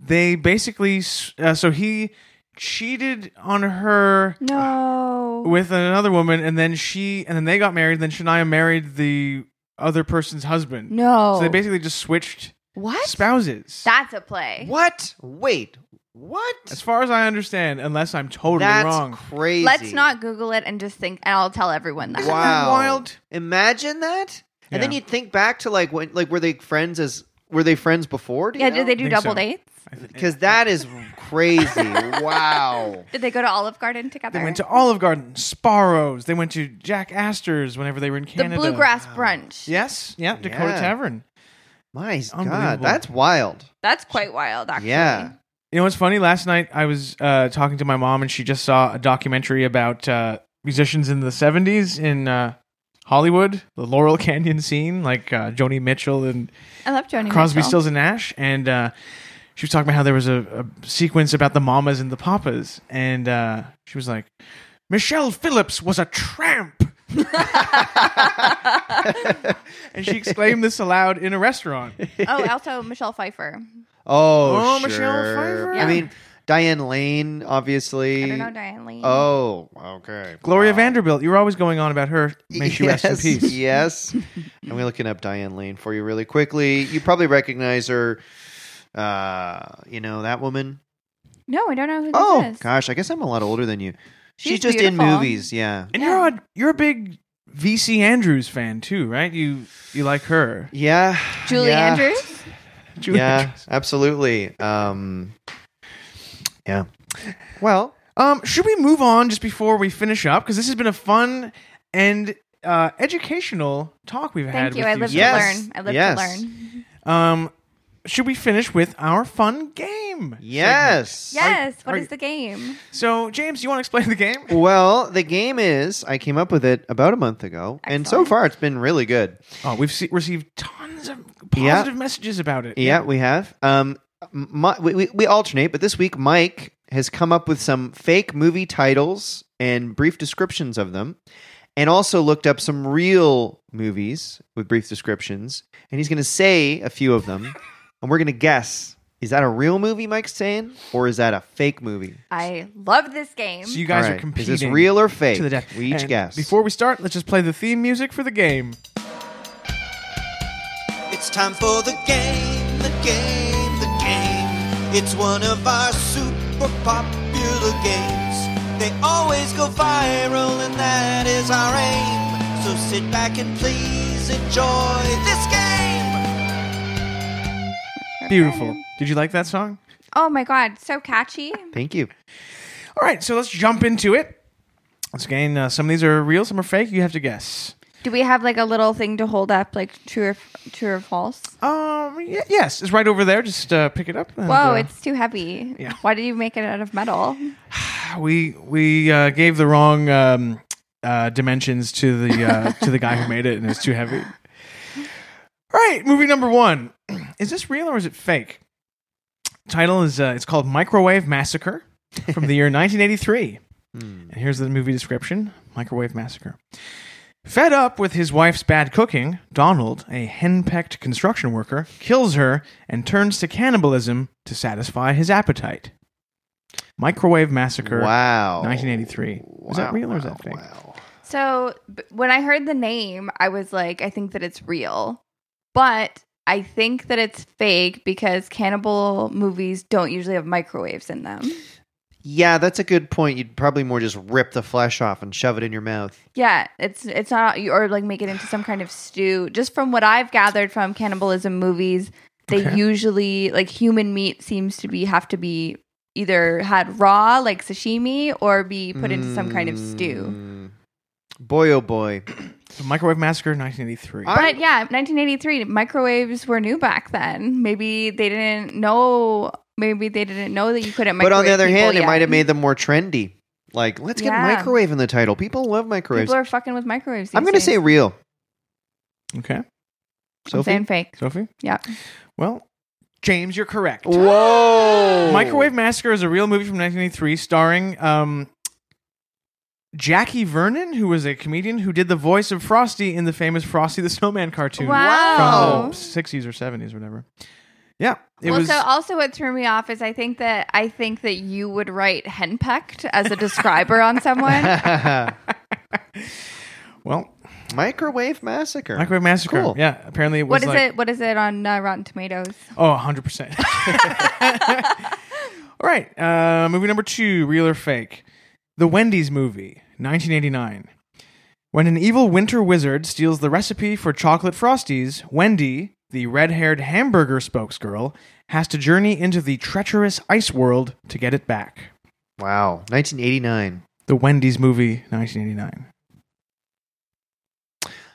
C: they basically s- uh, so he cheated on her
D: no.
C: with another woman and then she and then they got married then shania married the other person's husband
D: No.
C: so they basically just switched
D: what?
C: spouses
D: that's a play.
B: What? Wait, what?
C: as far as i understand unless i'm totally
B: That's
C: wrong
B: crazy.
D: Let's not Google it and just think, and I'll tell everyone that.
C: Isn't that wild?
B: Imagine that. And then
C: Yeah.
B: you'd think back to like when like were they friends as were they friends before? Do you
D: Yeah, did they do
C: Think
D: double
C: so.
D: dates?
B: Because that is crazy. wow.
D: Did they go to Olive Garden together?
C: they went to olive garden sparrows they went to jack astor's whenever they were in
D: the
C: canada
D: Bluegrass Brunch.
C: yes yeah dakota
B: Yeah.
C: tavern
B: My God,
C: Unbelievable.
B: that's wild.
D: That's quite wild, actually.
B: Yeah.
C: you know what's funny last night i was uh, talking to my mom and she just saw a documentary about uh, musicians in the 70s in uh, hollywood the laurel canyon scene like uh, joni mitchell and
D: I love Joni
C: Crosby,
D: Mitchell.
C: Stills, and Nash, and uh, she was talking about how there was a, a sequence about the mamas and the papas, and uh, she was like, "Michelle Phillips was a tramp," and she exclaimed this aloud in a restaurant.
D: oh, also Michelle Pfeiffer.
B: Oh,
C: Oh,
B: sure.
C: Michelle Pfeiffer?
B: I
D: Yeah.
B: mean, Diane Lane, obviously.
D: I don't know Diane Lane.
B: Oh, okay.
C: Gloria
B: Wow.
C: Vanderbilt, you were always going on about her. May she
B: yes,
C: rest in peace.
B: Yes. and we're looking up Diane Lane for you really quickly. You probably recognize her. Uh, you know that woman.
D: No, I don't know who this
B: Oh
D: is.
B: gosh, I guess I'm a lot older than you. She's,
D: She's
B: just in
D: beautiful.
B: movies. Yeah.
C: And
D: Yeah.
C: you're a you're a big VC Andrews fan too, right? You you like her,
B: Yeah.
D: Julie
B: yeah.
D: Andrews.
C: Julie
B: yeah,
C: Andrews.
B: absolutely. Um, yeah. Well,
C: Um, should we move on just before we finish up? Because this has been a fun and uh, educational talk we've had.
D: Thank you.
C: with
D: I live
C: Sarah.
B: Yes.
D: to learn. I live
B: Yes.
D: to learn.
C: Um, should we finish with our fun game?
B: Yes.
D: Yes. What is
C: are you-
D: the game?
C: So, James, you want to explain the game?
B: Well, the game is I came up with it about a month ago, and so
D: Excellent.
B: far it's been really good.
C: Oh, we've se- received tons of
B: Yeah.
C: positive messages about it.
B: Yeah, we have. Um, my, we, we we alternate, but this week Mike has come up with some fake movie titles and brief descriptions of them, and also looked up some real movies with brief descriptions, and he's going to say a few of them, and we're going to guess. Is that a real movie Mike's saying, or is that a fake movie?
D: I love this game.
C: So you guys
B: All
C: are
B: right.
C: competing.
B: Is this real or fake?
C: to the death.
B: We each
C: And
B: guess.
C: Before we start, let's just play the theme music for the game.
E: It's time for the game, the game, the game. It's one of our super popular games. They always go viral, and that is our aim. So sit back and please enjoy this game.
C: Beautiful. Did you like that song?
D: Oh my god, so catchy.
B: Thank you.
C: All right, so let's jump into it. Once again, uh, some of these are real, some are fake. You have to guess.
D: Do we have like a little thing to hold up, like true or true or false?
C: Um, y- yes, it's right over there. Just uh, pick it up. and,
D: Whoa,
C: uh,
D: it's too heavy.
C: yeah.
D: Why did you make it out of metal?
C: we we uh, gave the wrong um, uh, dimensions to the uh, to the guy who made it, and it's too heavy. All right, movie number one. Is this real or is it fake? Title is uh, it's called Microwave Massacre from the year 1983.
B: Hmm.
C: And here's the movie description: Microwave Massacre. Fed up with his wife's bad cooking, Donald, a henpecked construction worker, kills her and turns to cannibalism to satisfy his appetite. Microwave Massacre.
B: Wow.
C: 1983. Was that real or was that fake?
B: Wow.
D: So b- when I heard the name, I was like, I think that it's real, but I think that it's fake because cannibal movies don't usually have microwaves in them.
B: Yeah, that's a good point. You'd probably more just rip the flesh off and shove it in your mouth.
D: Yeah, it's it's not or like make it into some kind of stew. Just from what I've gathered from cannibalism movies, they
C: Okay.
D: usually like human meat seems to be have to be either had raw like sashimi or be put into some kind of stew.
B: Mm. Boy, oh boy.
C: The Microwave Massacre, 1983.
B: I-
D: But yeah, 1983 microwaves were new back then. Maybe they didn't know. Maybe they didn't know that you couldn't.
B: But
D: Microwave
B: on the other
D: people
B: hand, it
D: yet.
B: might have made them more trendy. Like, let's get
D: Yeah.
B: microwave in the title. People love microwaves.
D: people are fucking with microwaves.
B: I'm
D: going
B: going to say real.
C: okay,
D: I'm
B: Sophie?
D: saying fake.
C: Sophie.
D: Yeah.
C: Well, James, you're correct.
B: Whoa.
C: Microwave Massacre is a real movie from 1983 starring um, Jackie Vernon, who was a comedian who did the voice of Frosty in the famous Frosty the Snowman cartoon
D: Wow.
C: from the 60s or 70s, whatever. Yeah, it
D: well,
C: was.
D: so also what threw me off is I think that I think that you would write henpecked as a describer on someone.
C: well,
B: microwave massacre.
C: Microwave Massacre.
B: Cool.
C: Yeah, apparently it was
D: What is
C: like,
D: it? What is it on uh, Rotten Tomatoes?
C: Oh, 100%. All right. Uh, movie number two real or fake? The Wendy's movie, 1989. When an evil winter wizard steals the recipe for chocolate frosties, Wendy, the red haired hamburger spokesgirl, has to journey into the treacherous ice world to get it back.
B: wow. 1989.
C: The Wendy's movie, 1989.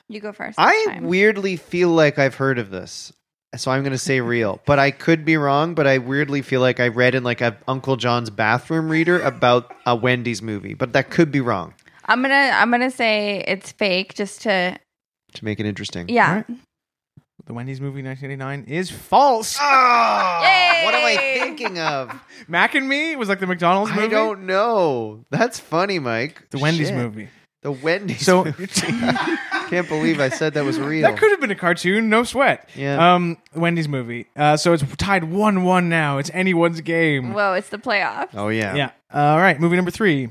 D: You go first. this
B: I
D: time.
B: weirdly feel like I've heard of this. So I'm going to say real, but I could be wrong. But I weirdly feel like I read in like a Uncle John's bathroom reader about a Wendy's movie, but that could be wrong
D: I'm gonna I'm gonna say it's fake just to
B: to make it interesting.
D: yeah.
C: All right. The Wendy's movie, 1989, is false.
B: Ah! Oh, what am I
D: Yay!
B: thinking of?
C: Mac and Me was like the McDonald's movie.
B: I don't know. That's funny, Mike.
C: The Wendy's
B: Shit.
C: movie.
B: The Wendy's.
C: So-
B: movie. can't believe I said that was real.
C: That could have been a cartoon, no sweat.
B: Yeah.
C: Um, Wendy's movie. Uh, so it's tied one-one now. It's anyone's game.
D: Whoa, it's the playoff.
B: oh yeah.
C: yeah. all right. Movie number three.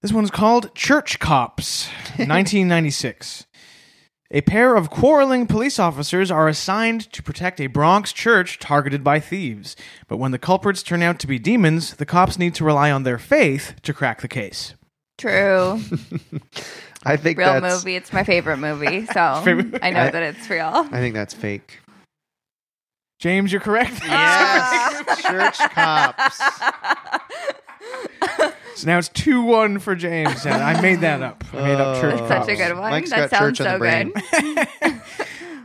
C: This one's called Church Cops, 1996. A pair of quarreling police officers are assigned to protect a Bronx church targeted by thieves. But when the culprits turn out to be demons, the cops need to rely on their faith to crack the case.
D: True.
B: I think
D: Real
B: that's.
D: movie. It's my favorite movie. So I know that it's real.
B: I think that's fake.
C: James, you're correct.
B: Yes. Church cops.
C: So now it's two one for James. And I made that up. I made up church.
D: That's Oh. such
C: props.
D: a good one.
B: Oh, Mike's got
D: that sounds
B: church on
D: so
B: the brain.
D: good.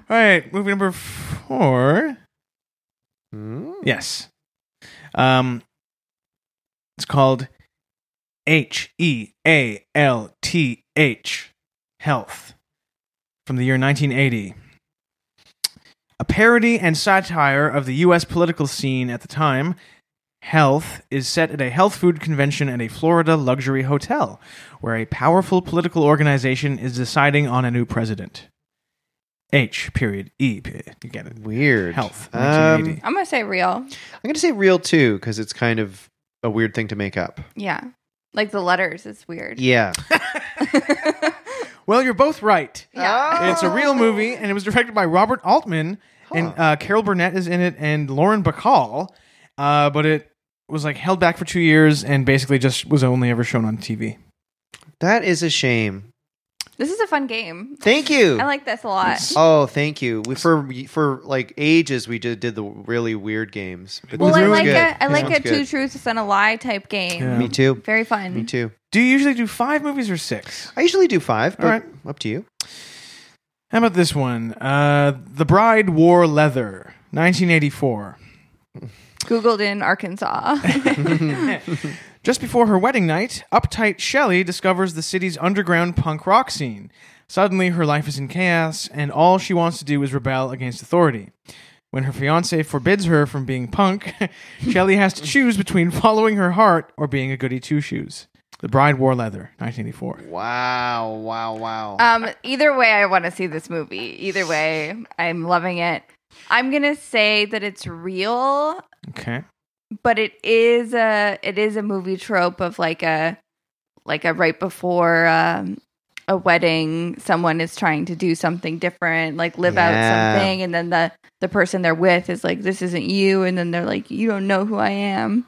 C: All right, movie number four. Yes. Um, it's called H E A L T H Health from the year 1980. A parody and satire of the U.S. political scene at the time, Health is set at a health food convention at a Florida luxury hotel where a powerful political organization is deciding on a new president. H period E period. You get it.
B: Weird.
C: Health.
B: Um,
C: 1980.
D: I'm gonna say real.
B: I'm going to say real too because it's kind of a weird thing to make up.
D: Yeah, like the letters is weird.
B: Yeah. Oh.
C: Well, you're both right.
D: Yeah.
C: It's a real movie, and it was directed by Robert Altman, and uh, Carol Burnett is in it, and Lauren Bacall. Uh, but it was like held back for two years, and basically just was only ever shown on TV.
B: That is a shame.
D: This is a fun game.
B: Thank you.
D: I like this a lot.
B: Oh, thank you. We, for for like ages, we did did the really weird games. But
D: Well,
B: this
D: I
B: one's
D: like
B: good.
D: a I
B: This
D: like
B: one's
D: a
B: good.
D: two truths and a lie type game.
C: Yeah.
B: Me too.
D: Very fun.
B: Me too.
C: Do you usually do five movies or six?
B: I usually do five, but
C: All right.
B: up to you.
C: How about this one? Uh, the Bride Wore Leather, 1984.
D: Googled in Arkansas.
C: Just before her wedding night, uptight Shelley discovers the city's underground punk rock scene. Suddenly, her life is in chaos, and all she wants to do is rebel against authority. When her fiance forbids her from being punk, Shelley has to choose between following her heart or being a goody two shoes. The Bride Wore Leather, 1984.
B: Wow! Wow! Wow!
D: um, either way, I want to see this movie. Either way, I'm loving it. I'm gonna say that it's real,
C: Okay.
D: but it is a it is a movie trope of like a like a right before um, a wedding, someone is trying to do something different, like live
B: Yeah.
D: out something, and then the the person they're with is like, "This isn't you," and then they're like, "You don't know who I am."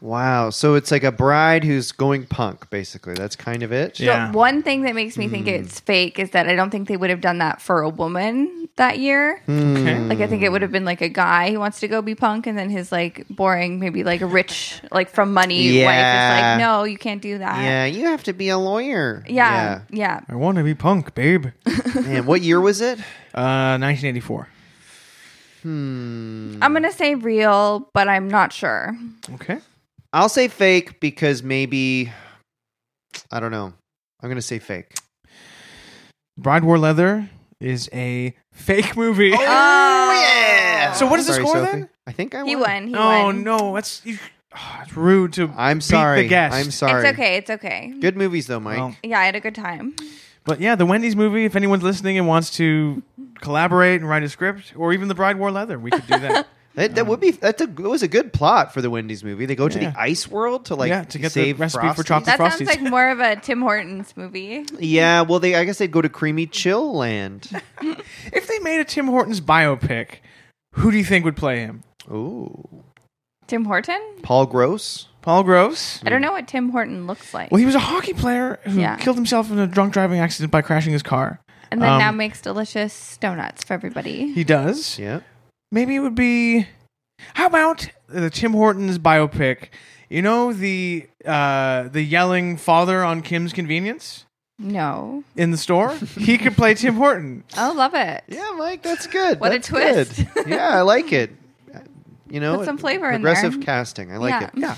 B: wow! So it's like a bride who's going punk, basically. That's kind of it.
C: Yeah.
D: So one thing that makes me think
B: Hmm.
D: it's fake is that I don't think they would have done that for a woman that year.
B: Hmm.
C: Okay.
D: Like I think it would have been like a guy who wants to go be punk, and then his like boring, maybe like rich, like from money
B: Yeah.
D: wife is like, no, you can't do that.
B: Yeah, you have to be a lawyer.
D: yeah, yeah.
C: I want to be punk, babe.
B: yeah. Man, what year was it?
C: Uh, 1984.
B: Hmm. Mm.
D: I'm gonna say real, but I'm not sure.
C: Okay.
B: I'll say fake because maybe I don't know. I'm gonna say fake.
C: Bride Wore Leather is a fake movie.
D: Oh,
B: Oh, yeah!
C: So what is the
B: Sorry,
C: score
B: Sophie.
C: then?
B: I think I
D: He won. He
C: oh
D: won.
C: no, that's you, oh, it's rude to.
B: I'm
C: beat
B: sorry.
C: The guest. Oh,
B: I'm sorry.
D: It's okay. It's okay.
B: Good movies though, Mike.
C: Well,
D: Yeah, I had a good time.
C: but yeah, the Wendy's movie. If anyone's listening and wants to collaborate and write a script, or even the Bride Wore Leather, we could do that.
B: that, that would be that's a that was a good plot for the Wendy's movie. They go to
C: Yeah.
B: the ice world to like
C: Yeah, to get the
B: save
C: recipe for
B: Frosties.
C: chocolate-
D: That
C: Frosties.
D: sounds like more of a Tim Hortons movie.
B: Yeah, well, they I guess they'd go to creamy chill land.
C: if they made a Tim Hortons biopic, who do you think would play him?
B: Ooh,
D: Tim Horton?
B: Paul Gross.
C: Paul Gross.
B: Mm.
D: I don't know what Tim Horton looks like.
C: Well, he was a hockey player who
D: Yeah.
C: killed himself in a drunk driving accident by crashing his car.
D: and then
C: um,
D: now makes delicious donuts for everybody.
C: He does.
B: Yeah,
C: maybe it would be how about the Tim Hortons biopic? You know the uh, the yelling father on Kim's Convenience
D: No.
C: in the store. he could play Tim Horton.
D: I love it.
B: yeah, Mike, that's good.
D: What a
B: That's good.
D: twist.
B: yeah, I like it. You know,
D: Put some flavor in there.
B: progressive casting. I like
D: Yeah.
B: it. Yeah.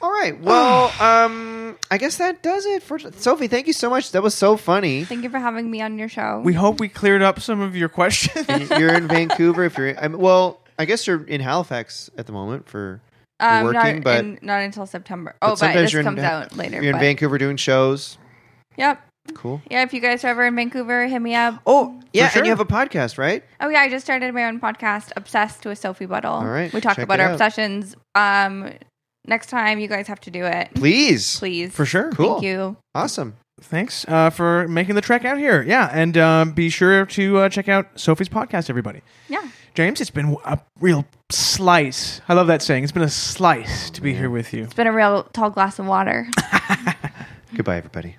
B: All right. Well, um, I guess that does it for Sophie. Thank you so much. That was so funny.
D: Thank you for having me on your show.
C: We hope we cleared up some of your questions.
B: Y- you're in Vancouver. If you're, I mean, well, I guess you're in Halifax at the moment for you're working,
D: Um, not,
B: but,
D: in- not until September. Oh, but,
B: sometimes
D: this
B: you're
D: comes
B: in,
D: out later.
B: You're in
D: but-
B: Vancouver doing shows.
D: Yep.
B: Cool.
D: Yeah, if you guys are ever in Vancouver, hit me up.
B: Oh, yeah,
C: sure.
B: and you have a podcast, right?
D: Oh yeah, I just started my own podcast, Obsessed with Sophie Buttle.
B: All right,
D: We talk
B: check
D: about
B: it
D: our
B: out.
D: obsessions. Um next time you guys have to do it.
B: Please.
D: Please.
C: For sure.
B: Cool.
D: Thank you.
B: Awesome.
C: Thanks uh, for making the trek out here. Yeah, and um, be sure to uh, check out Sophie's podcast, everybody.
D: Yeah.
C: James, it's been a real slice. I love that saying. It's been a slice to be here with you.
D: It's been a real tall glass of water.
B: Goodbye, everybody.